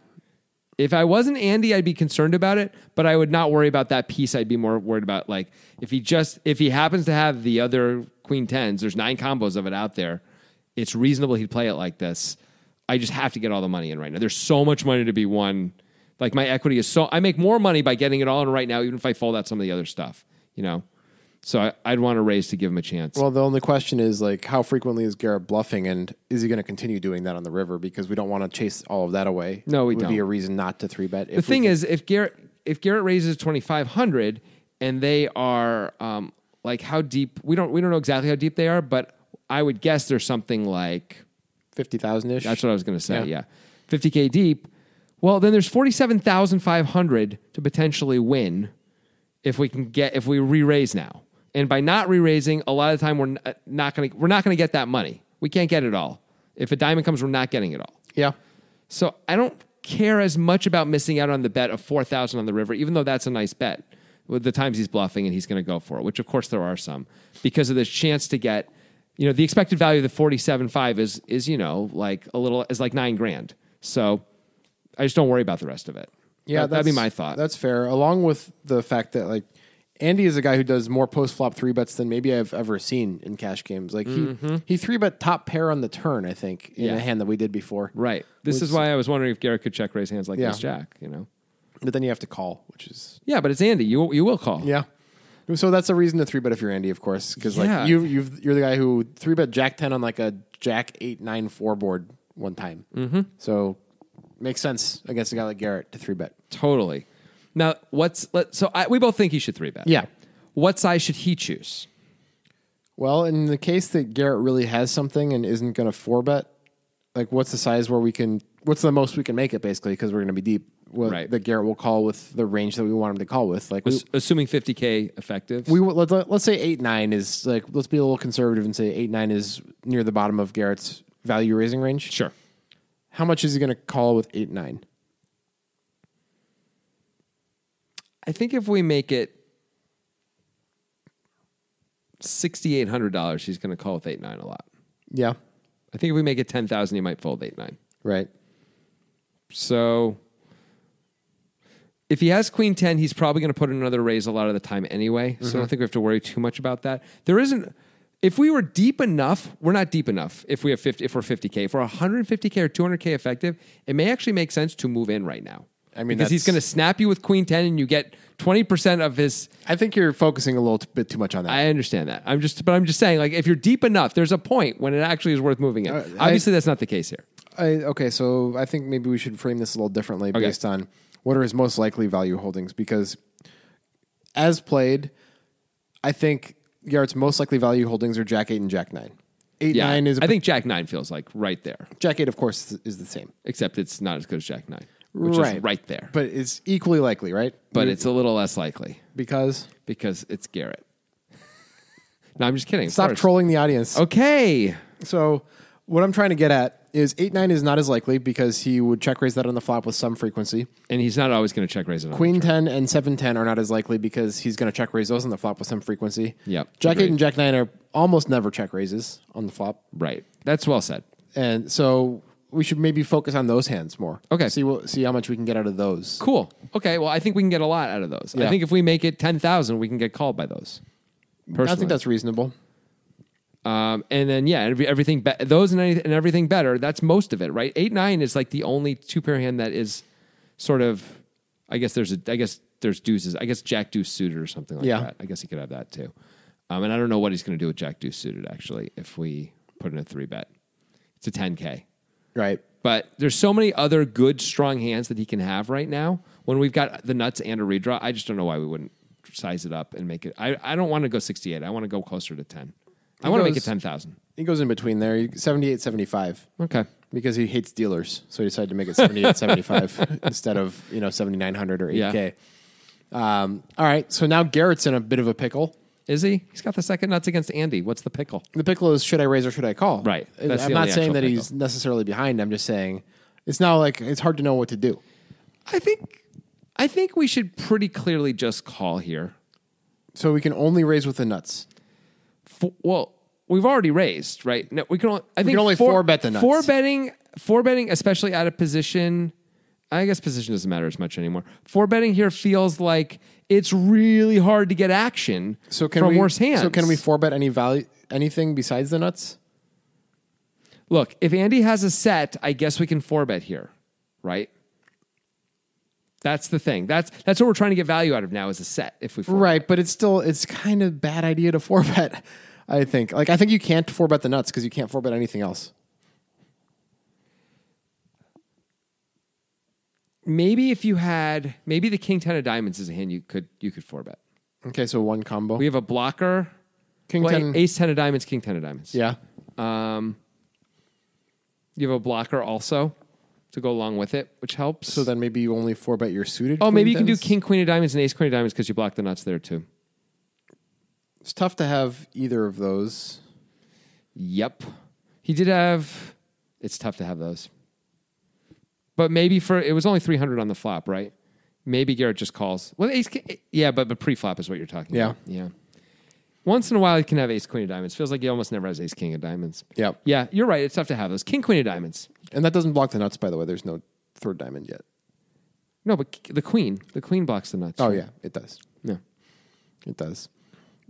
If I wasn't Andy, I'd be concerned about it, but I would not worry about that piece. I'd be more worried about like if he just if he happens to have the other queen tens. There's nine combos of it out there. It's reasonable he'd play it like this. I just have to get all the money in right now. There's so much money to be won. Like my equity is so I make more money by getting it all in right now, even if I fold out some of the other stuff. You know, so I, I'd want to raise to give him a chance.
Well, the only question is like how frequently is Garrett bluffing, and is he going to continue doing that on the river? Because we don't want to chase all of that away.
No, we
would
don't.
be a reason not to three bet.
the thing is if Garrett if Garrett raises twenty five hundred and they are um, like how deep we don't we don't know exactly how deep they are, but I would guess there's something like
fifty thousand ish.
that's what I was going to say.
Yeah.
Yeah, fifty k deep. Well, then there's forty seven thousand five hundred to potentially win if we can get if we re-raise now. And by not re-raising, a lot of the time we're n- uh, not going to we're not going to get that money. We can't get it all. If a diamond comes, we're not getting it all.
yeah.
So I don't care as much about missing out on the bet of 4,000 on the river, even though that's a nice bet with the times he's bluffing and he's going to go for it, which of course there are some because of this chance to get, you know, the expected value of the 47.5 is, is, you know, like a little, is like nine grand. So I just don't worry about the rest of it.
Yeah,
That- that'd be
that's-
my thought.
That's fair. Along with the fact that like Andy is a guy who does more post flop three bets than maybe I've ever seen in cash games. Like he he three bet top pair on the turn. I think in
Mm-hmm. Yeah.
a hand that we did before.
Right. This is why I was wondering if Garrett could check raise hands like
Yeah.
this Jack, you know?
But then you have to call, which is
Yeah, but it's Andy. You, you will call.
yeah. So that's a reason to three bet if you're Andy, of course, because
Yeah.
like you you've, you're the guy who three bet Jack ten on like a Jack eight nine four board one time. Mm-hmm. So makes sense against a guy like Garrett to three bet.
Totally. Now, what's, let, so I, we both think he should three bet.
Yeah.
What size should he choose?
Well, in the case that Garrett really has something and isn't going to four bet, like what's the size where we can? What's the most we can make it basically? Because we're going to be deep. Well,
Right.
That Garrett will call with the range that we want him to call with. Like we,
Ass- assuming 50k effective.
we will- let, let's say eight nine is like let's be a little conservative and say eight nine is near the bottom of Garrett's value raising range.
sure.
How much is he going to call with eight nine?
I think if we make it $6,800, he's going to call with 8 9 a lot.
Yeah,
I think if we make it 10,000, he might fold 8 9.
right.
So if he has queen 10,
Mm-hmm.
he's probably going to put in another raise a lot of the time anyway. So I don't think we have to worry too much about that. There isn't If we were deep enough, we're not deep enough. If we have 50, if we're 50k, if we're 150k or 200k effective, it may actually make sense to move in right now.
I mean,
because he's
that's-
going to snap you with queen 10 and you get 20% of his
I think you're focusing a little t- bit too much on that.
I understand that. I'm just, but I'm just saying, like, if you're deep enough, there's a point when it actually is worth moving in.
Uh, I-
Obviously, that's not the case here.
I, okay, so I think maybe we should frame this a little differently based on what are his most likely value holdings because as played, I think Yart's most likely value holdings are Jack 8 and Jack 9. 8
Yeah,
9 is a
I think Jack Nine feels like right there,
Jack 8 of course is- is the same.
except it's not as good as Jack Nine, which is right there. But,
But it's equally likely, right?
it's a little less likely
because
because it's Garrett. no, I'm just kidding. of
stop
course.
trolling the audience.
Okay,
So what I'm trying to get at is 8 9 is not as likely because he would check raise that on the flop with some frequency.
and he's not always going to check raise it. on
Queen 10 and 7 10 are not as likely because he's going to check raise those on the flop with some frequency.
Yep,
Jack 8
agreed.
and Jack 9 are almost never check raises on the flop.
Right. That's well said.
And so we should maybe focus on those hands more.
Okay.
See what, see how much we can get out of those.
Cool. Okay. Well, I think we can get a lot out of those. I
Yeah.
think if we make it ten thousand, we can get called by those. Personally,
I think that's reasonable.
Um, and then yeah, every, everything be- those and, any- and everything better. That's most of it, right? Eight nine is like the only two pair hand that is sort of. I guess there's a. I guess there's deuces. I guess Jack Deuce suited or something like
Yeah.
that. I guess he could have that too. Um, and I don't know what he's going to do with Jack Deuce suited actually. If we put in a three bet, it's a ten k.
Right.
But there's so many other good strong hands that he can have right now. When we've got the nuts and a redraw, I just don't know why we wouldn't size it up and make it. I, I don't want to go 68. I want to go closer to 10. I want to make it
goes-
10,000.
He goes in between there, 78 75.
Okay.
Because he hates dealers, so he decided to make it 78 75 instead of, you know, 7900 or 8k. Um, all right, so now Garrett's in a bit of a pickle.
Is he? He's got the second nuts against Andy. What's the pickle?
the pickle is should I raise or should I call?
Right. That's
I'm
the
not
only
saying
actual
that he's necessarily behind. I'm just saying it's now like it's hard to know what to do.
I think I think we should pretty clearly just call here.
So we can only raise with the nuts.
Fo- well, we've already raised, right? No, we can only I think
only
four,
four bet the nuts.
Four betting four betting, especially out of position. I guess position doesn't matter as much anymore. Four betting here feels like it's really hard to get action
So can
from
we,
worse hands.
So can we four bet any value anything besides the nuts?
Look, if Andy has a set, I guess we can four bet here, right? That's the thing. That's that's what we're trying to get value out of now is a set. If we four
Right, but it's still it's kind of bad idea to four bet. I think like I think you can't four bet the nuts because you can't four bet anything else.
maybe if you had maybe the king ten of diamonds is a hand you could you could four bet.
Okay, so one combo.
We have a blocker,
King
well,
10.
ace ten of diamonds, king ten of diamonds.
yeah,
you have a blocker also to go along with it, which helps.
so then maybe you only four bet your suited.
oh, maybe you
queen
can do
tens?
king queen of diamonds and ace queen of diamonds because you block the nuts there too.
It's tough to have either of those.
Yep, he did have. It's tough to have those, but maybe for it was only three hundred on the flop, right? Maybe Garrett just calls. Well, ace, ki- yeah, but but pre-flop is what you're talking
Yeah.
about. Yeah, Once in a while, he can have ace queen of diamonds. Feels like he almost never has ace king of diamonds.
Yep.
Yeah, you're right. It's tough to have those. King queen of diamonds.
And that doesn't block the nuts, by the way. There's no third diamond yet.
No, but k- the queen. The queen blocks the nuts.
Oh yeah, it does.
Yeah.
It does.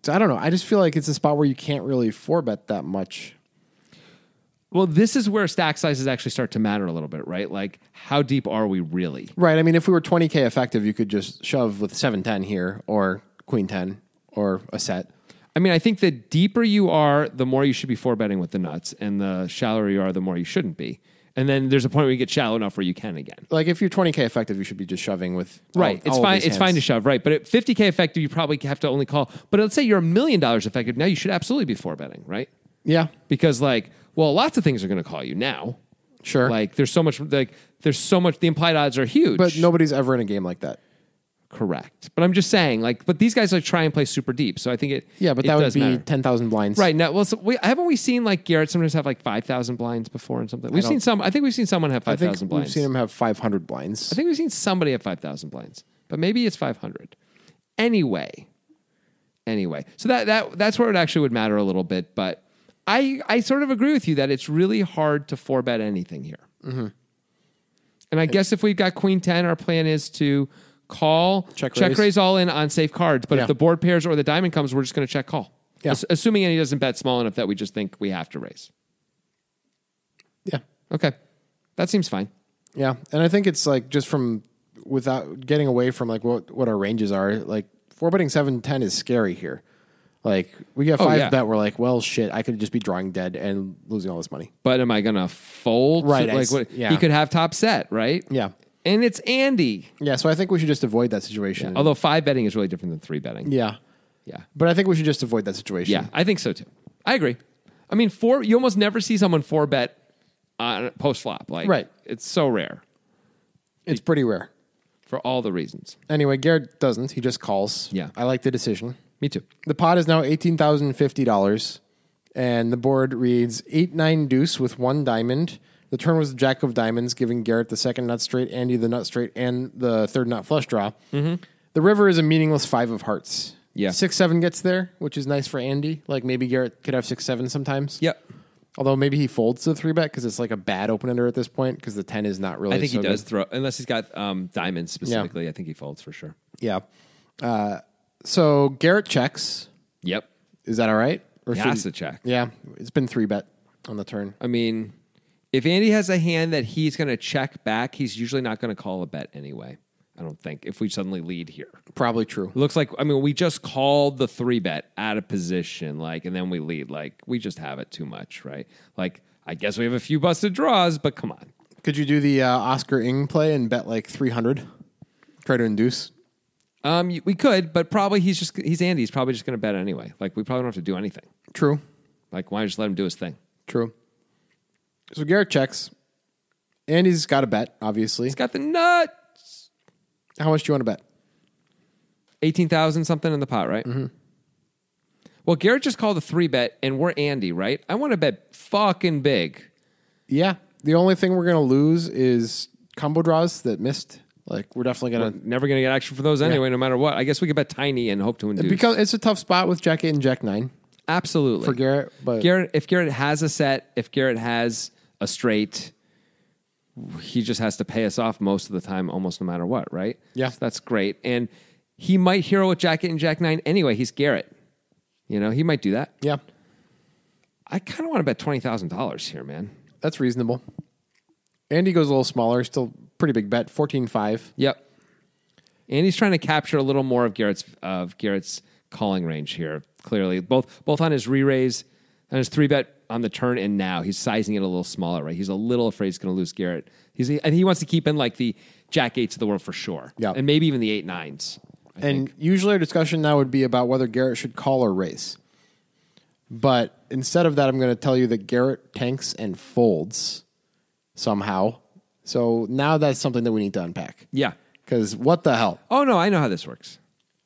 So I don't know. I just feel like it's a spot where you can't really four bet that much.
Well, this is where stack sizes actually start to matter a little bit, right? Like, how deep are we really?
Right. I mean, if we were 20K effective, you could just shove with 710 here or queen 10 or a set.
I mean, I think the deeper you are, the more you should be four betting with the nuts, and the shallower you are, the more you shouldn't be. And then there's a point where you get shallow enough where you can again.
Like if you're 20K effective, you should be just shoving with. all-
Right.
all
it's
of
fine.
these
It's fine
hands.
to shove. Right. But at 50K effective, you probably have to only call. But let's say you're a million dollars effective. Now you should absolutely be four betting, right?
yeah.
Because, like, well, lots of things are going to call you now.
Sure.
Like, there's so much, like, there's so much, the implied odds are huge.
but nobody's ever in a game like that.
Correct. But I'm just saying, like, but these guys like try and play super deep. So I think it.
Yeah, but
it
that would
does
be
matter.
10,000 blinds.
Right now, well, so we, haven't we seen like Garrett sometimes have like five thousand blinds before and something? We've
don't-
seen some. I think we've seen someone have
I
five
think
thousand
we've
blinds.
seen him have 500 blinds.
I think we've seen somebody have five thousand blinds, but maybe it's five hundred. Anyway, anyway, so that that that's where it actually would matter a little bit. But I I sort of agree with you that it's really hard to four bet anything here.
Mm-hmm.
And I guess if we've got queen 10, our plan is to call,
Check
check
raise.
raise all in on safe cards. But
Yeah.
if the board pairs or the diamond comes, we're just going to check call.
Yeah.
Ass- assuming any doesn't bet small enough that we just think we have to raise.
Yeah.
Okay. That seems fine.
Yeah, and I think it's like just from without getting away from like what what our ranges are. Like four betting seven ten is scary here. Like we got
Oh,
five
yeah.
bet, we're like, well, shit, I could just be drawing dead and losing all this money.
But am I going to fold?
Right, I
Like
s-
what?
yeah.
He could have top set, right?
Yeah,
And it's Andy.
yeah. So I think we should just avoid that situation.
Although five betting is really different than three betting.
yeah,
Yeah.
but I think we should just avoid that situation.
Yeah, I think so too. I agree. I mean, four. You almost never see someone four bet on post flop. Like,
Right.
It's so rare
it's pretty rare.
for all the reasons.
Anyway, Garrett doesn't. He just calls.
Yeah.
I like the decision.
Me too.
The pot is now eighteen thousand fifty dollars, and the board reads eight nine deuce with one diamond. The turn was the jack of diamonds, giving Garrett the second nut straight, Andy the nut straight, and the third nut flush draw. Mm-hmm. The river is a meaningless five of hearts.
Yeah.
six seven gets there, which is nice for Andy. Like maybe Garrett could have six seven sometimes.
Yep.
Although maybe he folds the three bet because it's like a bad open ender at this point because the ten is not really.
I think
so
he
good.
does throw, unless he's got um, diamonds specifically. I think he folds for sure.
Yeah. Uh, so Garrett checks.
Yep.
Is that all right? Or
He
should-
has to check.
Yeah, it's been three bet on the turn.
I mean, if Andy has a hand that he's going to check back, he's usually not going to call a bet anyway. I don't think if we suddenly lead here.
Probably true.
Looks like I mean we just called the three bet out of position, like, and then we lead. Like we just have it too much, right? Like I guess we have a few busted draws, but come on.
Could you do the uh, Oscar Ing play and bet like 300? Try to induce?
Um, y- we could, but probably he's just he's Andy. He's probably just going to bet anyway. Like we probably don't have to do anything.
True.
Like why not just let him do his thing?
True. So Garrett checks. Andy's got a bet, obviously.
He's got the nut.
How much do you want to bet?
Eighteen thousand something in the pot, right? Mm-hmm. Well, Garrett just called a three bet, and we're Andy, right? I want to bet fucking big.
Yeah. The only thing we're going to lose is combo draws that missed. Like, we're definitely going to.
Never going to get action for those anyway, no matter what. I guess we could bet tiny and hope to induce.
Because it's a tough spot with Jack 8 and Jack 9.
Absolutely.
For Garrett, but-
Garrett if Garrett has a set, if Garrett has a straight, he just has to pay us off most of the time, almost no matter what, right?
Yeah.
So that's great. And he might hero with Jack Eight and Jack Nine anyway. He's Garrett. You know, he might do that.
Yeah.
I kind of want to bet twenty thousand dollars here, man.
That's reasonable. Andy goes a little smaller, still pretty big bet, 14 5.
Yep. And he's trying to capture a little more of Garrett's of Garrett's calling range here. Clearly, both both on his re-raise and his three bet on the turn and now he's sizing it a little smaller. Right, he's a little afraid he's going to lose Garrett. He's and he wants to keep in like the jack eights of the world for sure.
Yeah.
and maybe even the eight nines.
and usually our discussion now would be about whether Garrett should call or raise. But instead of that, I'm going to tell you that Garrett tanks and folds somehow. So now that's something that we need to unpack.
Yeah.
Because what the hell?
Oh no, I know how this works.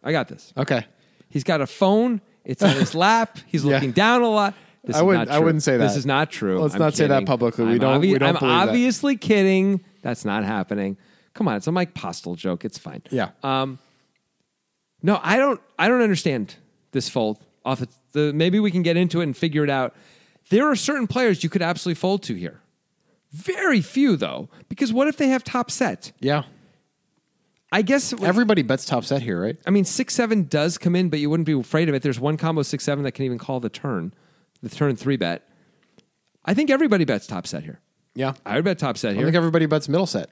I got this.
Okay.
He's got a phone. It's on his lap. He's
Yeah.
looking down a lot. This
I
is
wouldn't-
not
I
true.
wouldn't say
This
that.
is not true.
Let's
I'm
not say that
kidding.
publicly. We
I'm
don't- we don't
I'm
believe that.
obviously kidding. That's not happening. Come on, it's a Mike Postel joke. It's fine.
Yeah.
Um, no, I don't. I don't understand this fold. Off of the, maybe we can get into it and figure it out. There are certain players you could absolutely fold to here. Very few though, because what if they have top set?
Yeah.
I guess
Everybody bets top set here, right?
I mean, six seven does come in, but you wouldn't be afraid of it. There's one combo six seven that can even call the turn, the turn three bet. I think everybody bets top set here.
Yeah.
I would bet top set
I
here.
think everybody bets middle set.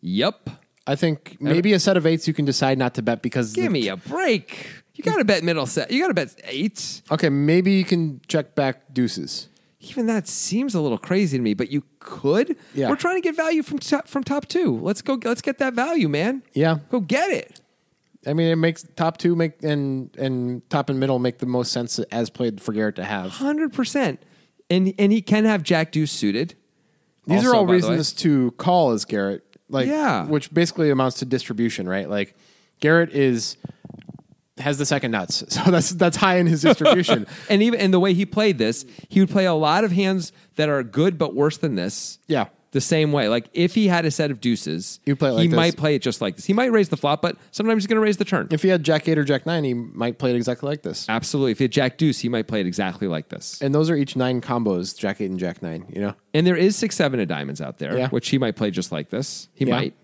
yep.
I think maybe a set of eights you can decide not to bet because. the-
Give me a break. You got to bet middle set. You got to bet eight.
Okay, maybe you can check back deuces.
Even that seems a little crazy to me, but you could.
Yeah.
We're trying to get value from top, from top two. Let's go. Let's get that value, man.
Yeah.
Go get it.
I mean, it makes top two make and and top and middle make the most sense as played for Garrett to have.
Hundred percent. And and he can have Jack Deuce suited.
These
Also,
are all
by the way.
reasons to call as Garrett, like
Yeah.
which basically amounts to distribution, right? Like Garrett is has the second nuts, so that's that's high in his distribution.
and even and the way he played this, he would play a lot of hands that are good but worse than this.
Yeah.
The same way. Like if he had a set of deuces,
He'd play it like
he
this.
might play it just like this. He might raise the flop, but sometimes he's gonna raise the turn.
if he had Jack eight or Jack nine, he might play it exactly like this.
Absolutely. If he had Jack Deuce, he might play it exactly like this.
And those are each nine combos, Jack eight and Jack nine. You know,
And there is six seven of diamonds out there,
Yeah.
which he might play just like this. He
Yeah.
might.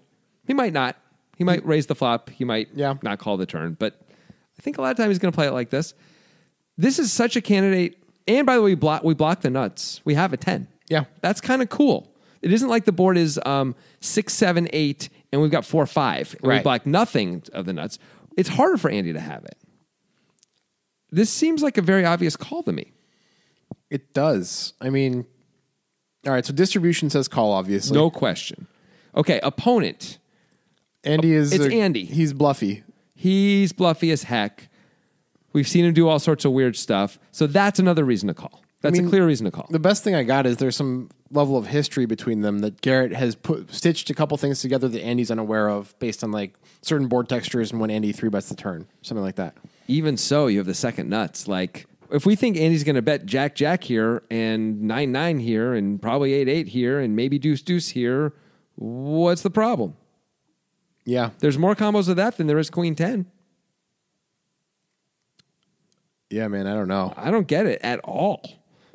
He might not. He might raise the flop. He might
Yeah.
not call the turn. But I think a lot of times he's gonna play it like this. This is such a candidate. And by the way, we block we block the nuts. We have a ten.
Yeah.
that's kind of cool. It isn't like the board is um, six, seven, eight, and we've got four, five. and We
Right.
block nothing of the nuts. It's harder for Andy to have it. This seems like a very obvious call to me.
It does. I mean, all right. So distribution says call, obviously.
No question. Okay, opponent.
Andy is.
It's
a-
Andy.
He's bluffy.
He's bluffy as heck. We've seen him do all sorts of weird stuff. So that's another reason to call. That's a
mean,
clear reason to call.
The best thing I got is there's some level of history between them that Garrett has put stitched a couple things together that Andy's unaware of based on like certain board textures and when Andy three bets the turn, something like that.
Even so, you have the second nuts. Like, if we think Andy's going to bet Jack Jack here and 9 9 here and probably 8 8 here and maybe Deuce Deuce here, what's the problem?
Yeah.
There's more combos of that than there is Queen 10.
Yeah, man. I don't know.
I don't get it at all.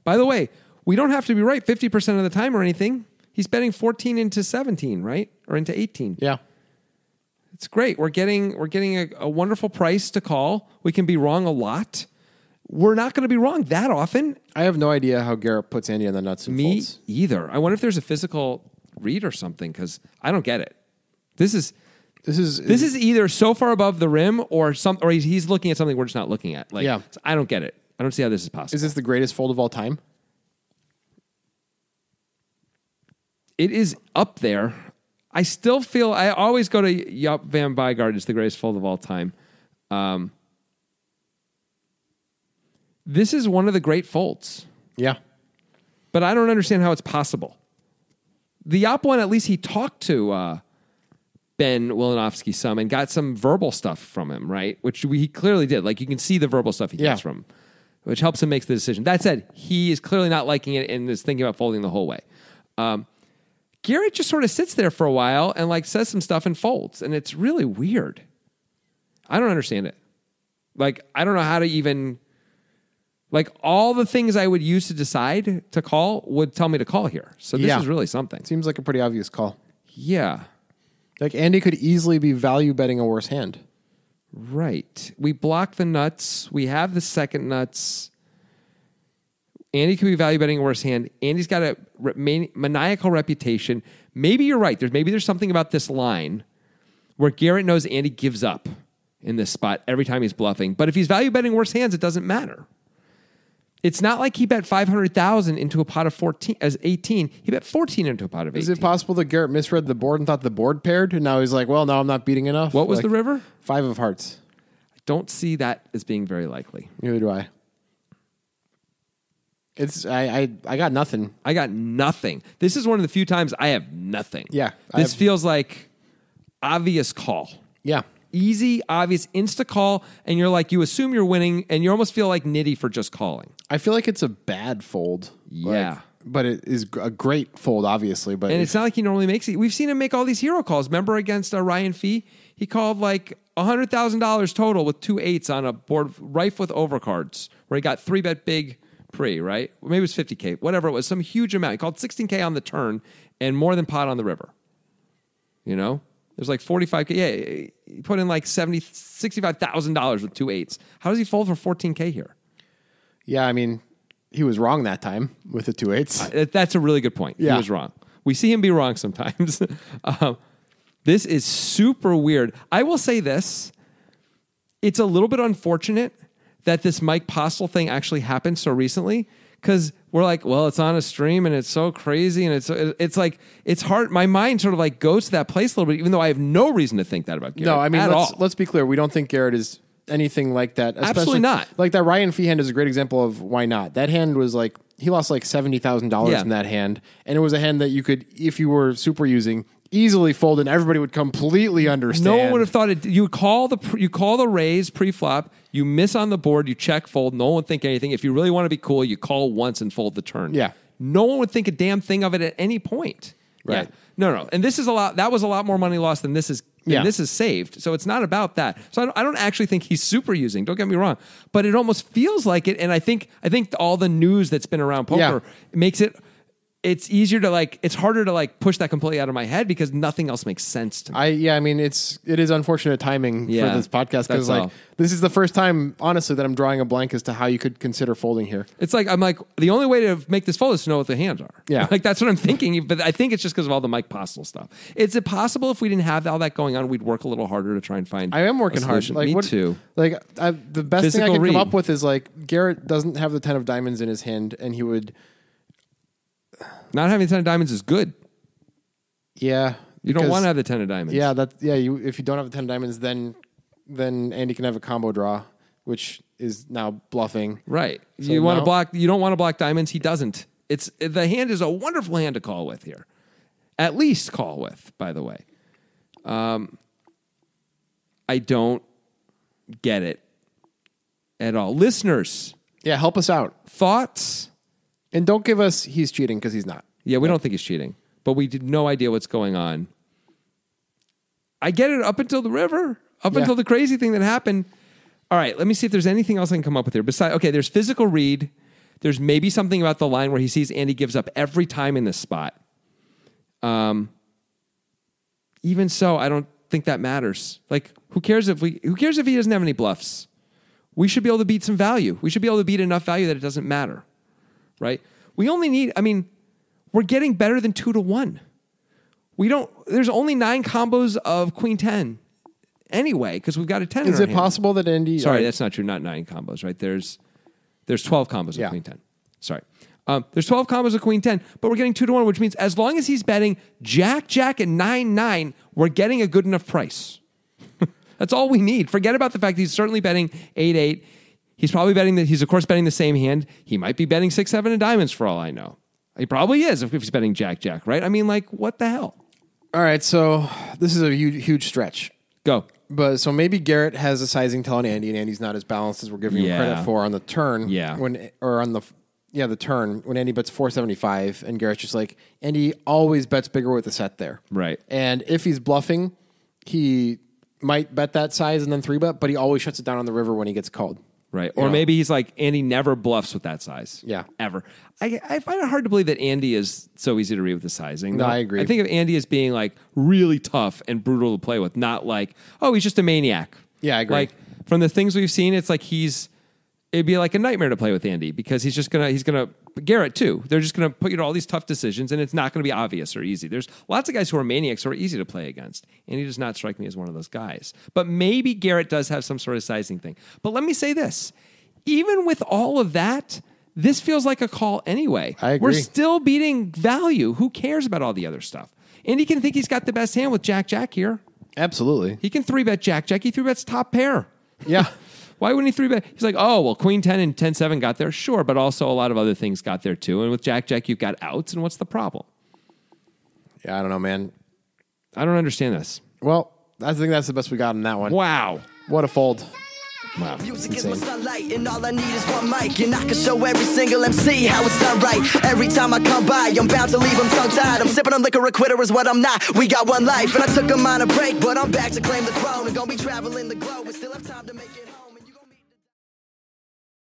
By the way, we don't have to be right 50% of the time or anything. He's betting 14 into 17, right? Or into 18.
Yeah.
It's great. We're getting we're getting a, a wonderful price to call. We can be wrong a lot. We're not going to be wrong that often.
I have no idea how Garrett puts Andy on the nuts and
Me
folds.
either. I wonder if there's a physical read or something because I don't get it. This is
This is
this is either so far above the rim or some or he's, he's looking at something we're just not looking at. Like
Yeah.
I don't get it. I don't see how this is possible.
is this the greatest fold of all time?
it is up there. I still feel I always go to Yup Van Bygard is the greatest fold of all time. Um, this is one of the great folds,
Yeah.
but I don't understand how it's possible. The Yop one, at least he talked to uh, Ben Wilanowski some and got some verbal stuff from him, right? Which we, he clearly did. Like you can see the verbal stuff he
Yeah.
gets from, him, which helps him make the decision. That said, he is clearly not liking it and is thinking about folding the whole way. Um, Garrett just sort of sits there for a while and like says some stuff and folds, and it's really weird. I don't understand it. Like I don't know how to even like all the things I would use to decide to call would tell me to call here. So this
Yeah.
is really something.
Seems like a pretty obvious call.
Yeah.
Like Andy could easily be value betting a worse hand.
Right. We block the nuts. We have the second nuts. Andy could be value betting a worse hand. Andy's got a re- mani- maniacal reputation. Maybe you're right. There's maybe there's something about this line where Garrett knows Andy gives up in this spot every time he's bluffing. But if he's value betting worse hands, it doesn't matter. It's not like he bet five hundred thousand into a pot of fourteen as eighteen. He bet fourteen into a pot of eighteen.
Is it possible that Garrett misread the board and thought the board paired, and now he's like, "Well, now I'm not beating enough."
what was
Like,
the river?
Five of hearts.
I don't see that as being very likely.
Neither do I. It's I I, I got nothing.
I got nothing. This is one of the few times I have nothing.
Yeah, I
This
have-
feels like obvious call.
Yeah,
Easy, obvious, insta call, and you're like, you assume you're winning, and you almost feel like nitty for just calling.
I feel like it's a bad fold. Like,
Yeah.
but it is gr- a great fold, obviously. But
And it's not like he normally makes it. We've seen him make all these hero calls. Remember against uh, Ryan Fee? He called like $100,000 total with two eights on a board rife with overcards where he got three bet big pre, right? Or Maybe it was 50K, whatever it was, some huge amount. He called 16K on the turn and more than pot on the river. You know? There's like 45K. Yeah, he put in like 70, $65,000 with two eights. How does he fold for 14K here?
yeah, I mean, he was wrong that time with the two eights.
That- That's a really good point. He
Yeah.
was wrong. We see him be wrong sometimes. um, this is super weird. I will say this it's a little bit unfortunate that this Mike Postle thing actually happened so recently because we're like, well, it's on a stream and it's so crazy and it's it's like it's hard. My mind sort of like goes to that place a little bit, even though I have no reason to think that about Garrett.
no, I mean,
at
let's,
all.
let's be clear. We don't think Garrett is anything like that. especially-
Absolutely not.
Like that Ryan Fee hand is a great example of why not. That hand was like he lost like seventy thousand
Yeah.
dollars in that hand, and it was a hand that you could, if you were super using, easily fold, and everybody would completely understand.
No one would have thought it. You call the you call the raise pre-flop. You miss on the board. You check fold. No one would think anything. If you really want to be cool, you call once and fold the turn.
Yeah.
No one would think a damn thing of it at any point.
Right.
Yeah. No, no. And this is a lot. That was a lot more money lost than this is. than
Yeah.
This is saved. So it's not about that. So I don't, I don't actually think he's super using. Don't get me wrong. But it almost feels like it. And I think I think all the news that's been around poker
Yeah.
makes it. it's easier to like it's harder to like push that completely out of my head because nothing else makes sense to me.
I yeah, I mean it's it is unfortunate timing
Yeah,
for this podcast
that's
because like
all.
this is the first time honestly that I'm drawing a blank as to how you could consider folding here.
It's like I'm like the only way to make this fold is to know what the hands are.
Yeah.
like that's what I'm thinking. But I think it's just because of all the Mike Postle stuff. Is it possible if we didn't have all that going on, we'd work a little harder to try and find?
I am working
a
hard.
solution?
Like
Me
what,
too.
Like I, the best
Physical
thing I could
read.
come up with is like Garrett doesn't have the ten of diamonds in his hand, and he would
Not having ten of diamonds is good.
yeah.
You don't
because-
want to have the ten of diamonds.
Yeah, that yeah. You if you don't have the ten of diamonds, then then Andy can have a combo draw, which is now bluffing.
right.
So
you want to
now-
block. You don't want to block diamonds. He doesn't. It's the hand is a wonderful hand to call with here. At least call with. By the way, um, I don't get it at all. Listeners,
Yeah, help us out,
thoughts.
and don't give us he's cheating because he's not.
Yeah, we don't think he's cheating, but we did no idea what's going on. I get it up until the river, up
Yeah.
until the crazy thing that happened. All right, let me see if there's anything else I can come up with here. Besides, okay, there's physical read. There's maybe something about the line where he sees Andy gives up every time in this spot. Um, even so, I don't think that matters. Like, who cares if we? Who cares if he doesn't have any bluffs? We should be able to beat some value. We should be able to beat enough value that it doesn't matter right? We only need, I mean, we're getting better than two to one. We don't, there's only nine combos of Queen 10 anyway, because we've got a 10. in
Is
our
it
hand.
possible that Andy?
Sorry, that's not true. Not nine combos, right? There's, there's 12 combos
Yeah.
of Queen 10. Sorry. Um, there's 12 combos of Queen 10, but we're getting two to one, which means as long as he's betting Jack, Jack, and 9 9, we're getting a good enough price. That's all we need. Forget about the fact that he's certainly betting 8 8. He's probably betting that he's, of course, betting the same hand. He might be betting 6 7 and diamonds for all I know. He probably is if if he's betting Jack Jack, right? I mean, like, what the hell?
All right, so this is a huge huge stretch.
Go.
But so maybe Garrett has a sizing tell on Andy, and Andy's not as balanced as we're giving
Yeah.
him credit for on the turn.
Yeah.
When or on the yeah the turn when Andy bets four seventy five, and Garrett's just like Andy always bets bigger with the set there.
Right.
And if he's bluffing, he might bet that size and then three bet, but he always shuts it down on the river when he gets called.
Right. Or
Yeah.
maybe he's like, Andy never bluffs with that size.
Yeah.
Ever. I, I find it hard to believe that Andy is so easy to read with the sizing.
No,
though.
I agree.
I think of Andy as being like really tough and brutal to play with, not like, oh, he's just a maniac.
Yeah, I agree.
Like from the things we've seen, it's like he's, it'd be like a nightmare to play with Andy because he's just going to, he's going to, Garrett too. They're just going to put you to all these tough decisions and it's not going to be obvious or easy. There's lots of guys who are maniacs who are easy to play against. Andy does not strike me as one of those guys. But maybe Garrett does have some sort of sizing thing. But let me say this even with all of that, this feels like a call anyway.
I agree.
We're still beating value. Who cares about all the other stuff? Andy can think he's got the best hand with Jack Jack here.
Absolutely.
He can three bet Jack Jack. He three bets top pair.
Yeah.
Why wouldn't he three bet? He's like, oh, well, Queen 10 and 10 7 got there. Sure, but also a lot of other things got there too. And with Jack Jack, you've got outs. And what's the problem?
yeah, I don't know, man.
I don't understand this.
Well, I think that's the best we got on that one.
Wow.
What a fold.
Wow.
Music is
Insane.
my sunlight, and all I need is one mic. And I can show every single MC how it's done right. Every time I come by, I'm bound to leave them tongue tied. I'm sipping on liquor, a quitter is what I'm not. We got one life, and I took a minor break, but I'm back to claim the throne. And gonna be traveling the globe, and still have time to make it home.